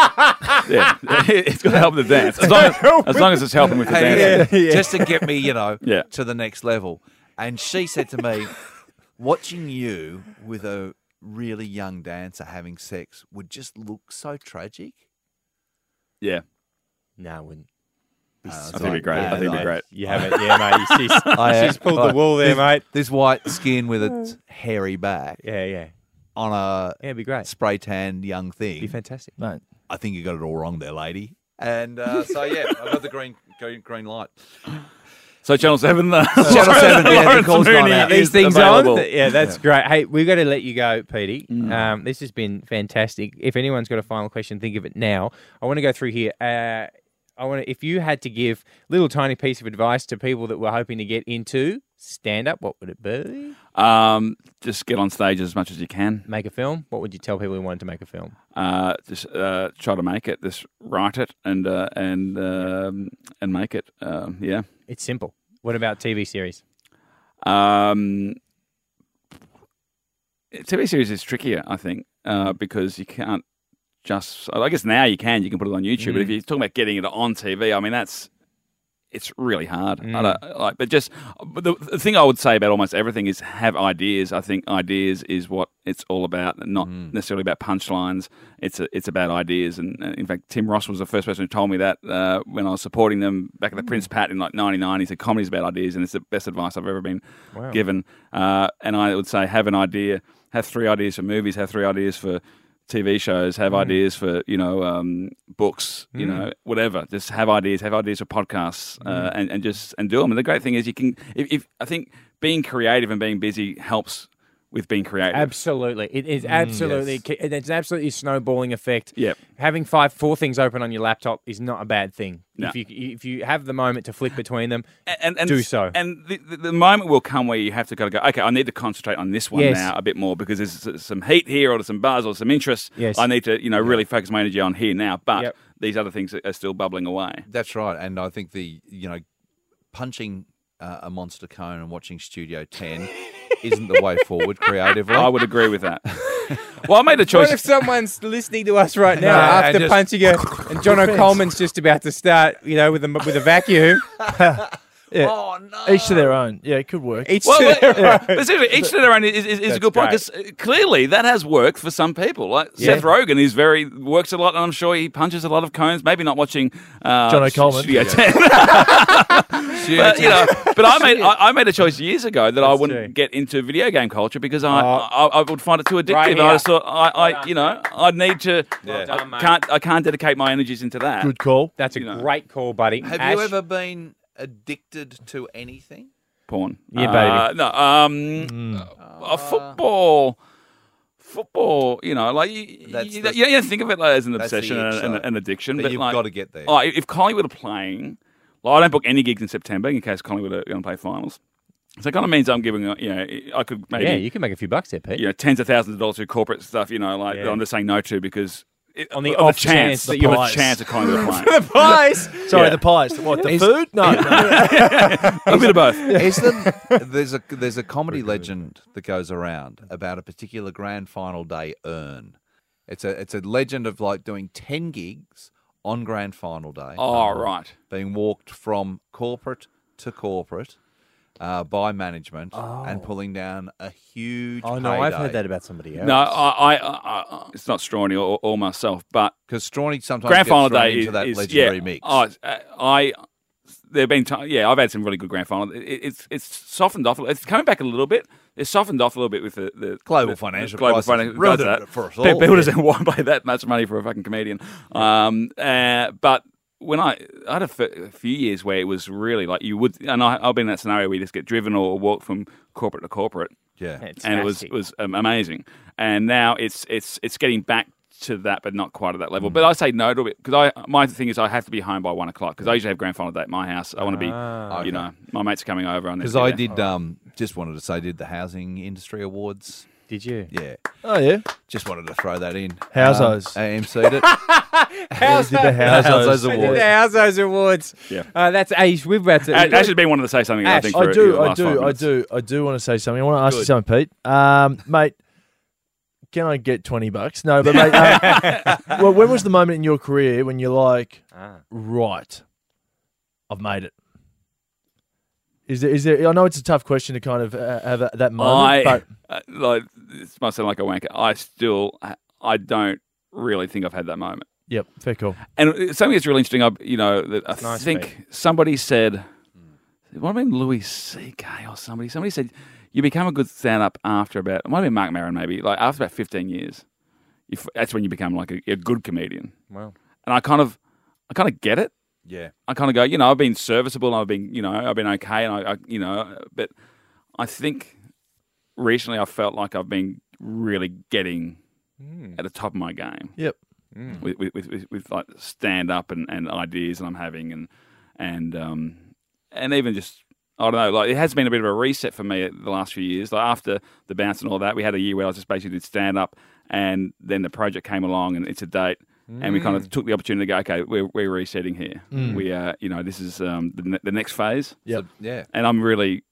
Speaker 5: yeah. [laughs] it's got to help the dance as long as, as long as it's helping with the
Speaker 3: and- [laughs]
Speaker 5: dance.
Speaker 3: Just to get me, you know,
Speaker 5: Yeah.
Speaker 3: to the next level. And she said to me, [laughs] watching you with a really young dancer having sex would just look so tragic.
Speaker 5: Yeah,
Speaker 1: No, I wouldn't.
Speaker 3: I
Speaker 5: Ah, I think it'd be great. I think it'd be great.
Speaker 1: You haven't. Yeah, mate. [laughs] She's,
Speaker 3: I, uh,
Speaker 1: she's pulled the wool there,
Speaker 3: this,
Speaker 1: mate.
Speaker 3: This white skin with its hairy back
Speaker 1: Yeah, yeah.
Speaker 3: on a
Speaker 1: Yeah, it'd be great.
Speaker 3: spray tanned young
Speaker 1: It'd be
Speaker 3: thing.
Speaker 1: fantastic.
Speaker 4: Mate,
Speaker 3: I think you got it all wrong there, lady. And uh, so yeah, I got the green green, green light.
Speaker 5: So Channel Seven, the
Speaker 3: Channel Seven,
Speaker 5: [laughs]
Speaker 3: yeah, the
Speaker 5: Lawrence
Speaker 3: call's gone
Speaker 5: Mooney
Speaker 3: out.
Speaker 5: is
Speaker 1: These things
Speaker 5: available.
Speaker 1: on. Yeah, that's great. Hey, we've got to let you go, Petey. Um, this has been fantastic. If anyone's got a final question, think of it now. I want to go through here. Uh, I want to, if you had to give little tiny piece of advice to people that were hoping to get into stand up, what would it be?
Speaker 5: Um, just get on stage as much as you can.
Speaker 1: Make a film. What would you tell people who wanted to make a film?
Speaker 5: Uh, just uh, try to make it. Just write it and uh, and um, and make it. Um, yeah.
Speaker 1: It's simple. What about TV series?
Speaker 5: Um, TV series is trickier, I think, uh, because you can't just. I guess now you can. You can put it on YouTube, but if you're talking about getting it on TV, I mean that's it's really hard. I don't, like, but just but the, the thing I would say about almost everything is have ideas. I think ideas is what it's all about, and not necessarily about punchlines. It's a, it's about ideas, and uh, in fact, Tim Ross was the first person who told me that uh, when I was supporting them back at the Prince Pat in like '99. He said comedy's about ideas, and it's the best advice I've ever been given. Uh, and I would say have an idea, have three ideas for movies, have three ideas for TV shows, have
Speaker 1: Mm.
Speaker 5: ideas for you know um, books, you know whatever. Just have ideas, have ideas for podcasts, uh,
Speaker 1: Mm.
Speaker 5: and and just and do them. And the great thing is you can. If, if I think being creative and being busy helps with being creative.
Speaker 1: Absolutely, it is absolutely. it- It's an absolutely snowballing effect.
Speaker 5: Yep.
Speaker 1: having five, four things open on your laptop is not a bad thing.
Speaker 5: No.
Speaker 1: If you if you have the moment to [laughs] flick between them,
Speaker 5: and, and
Speaker 1: do so.
Speaker 5: And the, the, the moment will come where you have to kind of go, okay, I need to concentrate on this one
Speaker 1: Yes.
Speaker 5: now a bit more because there's s- some heat here or some buzz or some interest.
Speaker 1: Yes.
Speaker 5: I need to, you know, really focus my energy on here now. But
Speaker 1: Yep.
Speaker 5: these other things are- are still bubbling away.
Speaker 3: That's right, and I think the you know punching uh, a monster cone and watching Studio Ten isn't the way forward creatively.
Speaker 5: I would agree with
Speaker 1: [laughs]
Speaker 5: that. well, I made a
Speaker 1: What
Speaker 5: choice.
Speaker 1: if [laughs] someone's listening to us right now
Speaker 3: No, I
Speaker 1: after
Speaker 3: just-
Speaker 1: punching her, [laughs] and John O'Coleman's just about to start, you know, with a with a [laughs] vacuum?
Speaker 3: Oh no!
Speaker 4: Each to their own. Yeah, it could work.
Speaker 1: Each
Speaker 5: Well,
Speaker 1: to
Speaker 5: but,
Speaker 1: their own.
Speaker 5: but seriously, each to their own is, is, is a good point because clearly that has worked for some people. Like Seth Rogen is very works a lot, and I'm sure he punches a lot of cones. Maybe not watching uh,
Speaker 4: John O'Coleman.
Speaker 5: Studio 10. [laughs] but, you know, but I made I, I made a choice years ago that I wouldn't
Speaker 1: true.
Speaker 5: get into video game culture because I I, I would find it too addictive.
Speaker 1: Right
Speaker 5: and I
Speaker 1: here.
Speaker 5: just thought I, I you know I need to
Speaker 1: done,
Speaker 5: I
Speaker 1: mate.
Speaker 5: can't I can't dedicate my energies into that.
Speaker 4: Good call.
Speaker 1: [laughs] That's a
Speaker 5: you know.
Speaker 1: great call, buddy.
Speaker 3: Have
Speaker 1: Ash,
Speaker 3: you ever been addicted to anything?
Speaker 5: porn.
Speaker 1: Yeah,
Speaker 5: Uh, no, um,
Speaker 3: Mm.
Speaker 5: uh, football. Football, you know, like you,
Speaker 3: That's
Speaker 5: you,
Speaker 3: the-
Speaker 5: you don't think of it like as an
Speaker 3: that's the
Speaker 5: obsession
Speaker 3: itch,
Speaker 5: and, and
Speaker 3: though,
Speaker 5: an addiction,
Speaker 3: that
Speaker 5: but
Speaker 3: you've
Speaker 5: like,
Speaker 3: gotta get there.
Speaker 5: Oh, if Collingwood are playing, like I don't book any gigs in September in case Collingwood are going to play finals. So it kind of means I'm giving, uh, you know, I could maybe
Speaker 1: Yeah, [laughs] you can make a few bucks there, Pete.
Speaker 5: you know, tens of thousands of dollars to corporate stuff, you know, like
Speaker 1: Yeah.
Speaker 5: that I'm just saying no to because it,
Speaker 1: On the
Speaker 5: of
Speaker 1: off
Speaker 5: a
Speaker 1: chance
Speaker 5: chance,
Speaker 1: the
Speaker 5: that you have a
Speaker 4: prize.
Speaker 5: chance of Collingwood
Speaker 1: [laughs]
Speaker 5: are playing.
Speaker 1: Pies.
Speaker 4: Sorry,
Speaker 5: Yeah.
Speaker 4: the pies. What, the
Speaker 1: Is-
Speaker 4: food? No. [laughs] no.
Speaker 5: a bit of both.
Speaker 3: Is there,
Speaker 5: [laughs]
Speaker 3: there's a there's a comedy legend that goes around about a particular grand final day urn. It's a it's a legend of like doing ten gigs on grand final day.
Speaker 5: Oh, right.
Speaker 3: being walked from corporate to corporate uh, by management
Speaker 5: Oh.
Speaker 3: and pulling down a huge.
Speaker 1: Oh no, I've heard that about somebody else.
Speaker 5: No, I, I, I, I it's not Strawny or, or myself, but
Speaker 3: because Strawny sometimes
Speaker 5: grand
Speaker 3: gets
Speaker 5: final
Speaker 3: thrown
Speaker 5: day
Speaker 3: into
Speaker 5: is,
Speaker 3: that
Speaker 5: is-
Speaker 3: legendary
Speaker 5: yeah,
Speaker 3: mix.
Speaker 5: Oh, it's, uh, I there've been time, yeah, I've had some really good grand final. It, it's it's softened off. a- It's coming back a little bit. It's softened off a little bit with the, the
Speaker 3: Global
Speaker 5: the-
Speaker 3: financial
Speaker 5: the global
Speaker 3: crisis
Speaker 5: financial
Speaker 3: ruined
Speaker 5: does
Speaker 3: it
Speaker 5: that.
Speaker 3: for us
Speaker 5: Pe-
Speaker 3: all,
Speaker 5: People
Speaker 3: yeah.
Speaker 5: [laughs] doesn't want to pay that much money for a fucking comedian. Um, uh, but when I, I had a fe- a few years where it was really like you would, and I, I've been in that scenario where you just get driven or walk from corporate to corporate
Speaker 3: yeah,
Speaker 5: and it was it was um, amazing. And now it's it's it's getting back to that, but not quite at that level. But I say no to it because I my thing is I have to be home by one o'clock because I usually have grand final day at my house. I want to be,
Speaker 4: Ah,
Speaker 5: you know, my mates are coming over.
Speaker 3: because Oh, I did. Um, just wanted to say, did the housing industry awards?
Speaker 1: Did you?
Speaker 3: Yeah,
Speaker 4: Oh, yeah.
Speaker 3: just wanted to throw that in.
Speaker 4: How's
Speaker 3: um,
Speaker 4: those?
Speaker 1: [laughs]
Speaker 3: AMC'd it.
Speaker 1: How's
Speaker 4: Did the house
Speaker 3: How's
Speaker 4: those
Speaker 3: those
Speaker 1: I did
Speaker 3: awards?
Speaker 1: the House's Awards.
Speaker 5: Yeah.
Speaker 1: Uh, that's Ash. We've about to.
Speaker 5: Ash has been wanting to say something. I
Speaker 1: Ash,
Speaker 5: think
Speaker 4: I
Speaker 5: for
Speaker 4: do,
Speaker 5: the
Speaker 4: I
Speaker 5: last five
Speaker 4: do, I
Speaker 5: minutes.
Speaker 4: do, I do want to say something. I want to ask you
Speaker 3: Good.
Speaker 4: something, Pete. Um, mate, can I get twenty bucks? No, but mate,
Speaker 5: [laughs]
Speaker 4: um, well, when was the moment in your career when you're like,
Speaker 5: Ah.
Speaker 4: right, I've made it? Is there? Is there? I know it's a tough question to kind of uh, have at that moment,
Speaker 5: I
Speaker 4: but
Speaker 5: uh, like this might sound like a wanker. I still I don't really think I've had that moment.
Speaker 4: yep, fair call.
Speaker 5: And something that's really interesting, I, you know, that I
Speaker 1: nice,
Speaker 5: think somebody said, it might have been Louis C.K. or somebody. Somebody said, you become a good stand up after about, it might have been Mark Maron maybe, like after about 15 years. You f that's when you become like a, a good comedian.
Speaker 1: Wow.
Speaker 5: And I kind of, I kind of get it.
Speaker 3: Yeah,
Speaker 5: I kind of go, you know, I've been serviceable. I've been, you know, I've been okay, and I, I you know, but I think recently I felt like I've been really getting
Speaker 1: Hmm.
Speaker 5: at the top of my game.
Speaker 4: Yep.
Speaker 5: With, with, with, with, with like stand up and, and ideas that I'm having and and um and even just I don't know like it has been a bit of a reset for me the last few years like after the bounce and all that we had a year where I just basically did stand up and then the project came along and it's a date and we kind
Speaker 1: Mm.
Speaker 5: of took the opportunity to go okay we're, we're resetting here we are you know this is um the, ne- the next phase
Speaker 4: Yep.
Speaker 3: yeah.
Speaker 5: and I'm really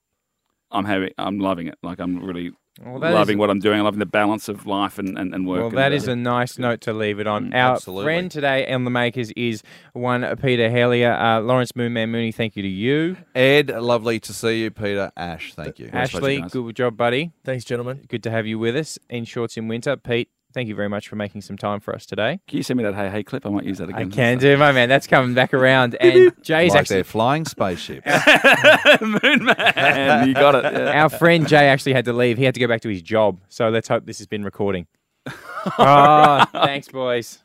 Speaker 5: I'm having I'm loving it like I'm really
Speaker 1: that
Speaker 5: loving
Speaker 1: is-
Speaker 5: what I'm doing I'm loving the balance of life and and, and work
Speaker 1: Well,
Speaker 5: and,
Speaker 1: that
Speaker 5: uh, Mm,
Speaker 1: is a nice note to leave it on. Our
Speaker 3: absolutely.
Speaker 1: friend today on the makers is one Peter Hellier. Uh, Lawrence Moonman Mooney, thank you to you.
Speaker 3: Ed, lovely to see you, Peter. Ash, thank you.
Speaker 1: Ashley,
Speaker 5: guys.
Speaker 1: good job, buddy.
Speaker 4: Thanks, gentlemen.
Speaker 1: Good to have you with us in shorts in winter. Pete, thank you very much for making some time for us today.
Speaker 5: can you send me that hey hey clip I might use that
Speaker 1: I
Speaker 5: again
Speaker 1: can do, my man. That's coming back
Speaker 5: [laughs]
Speaker 1: around. And Jay's
Speaker 3: like
Speaker 1: actually
Speaker 3: their flying
Speaker 1: [laughs]
Speaker 3: spaceship.
Speaker 5: [laughs] Moon Man [laughs] you got it yeah.
Speaker 1: our friend Jay actually had to leave. He had to go back to his job. So let's hope this has been recording. [laughs] Oh, thanks, boys.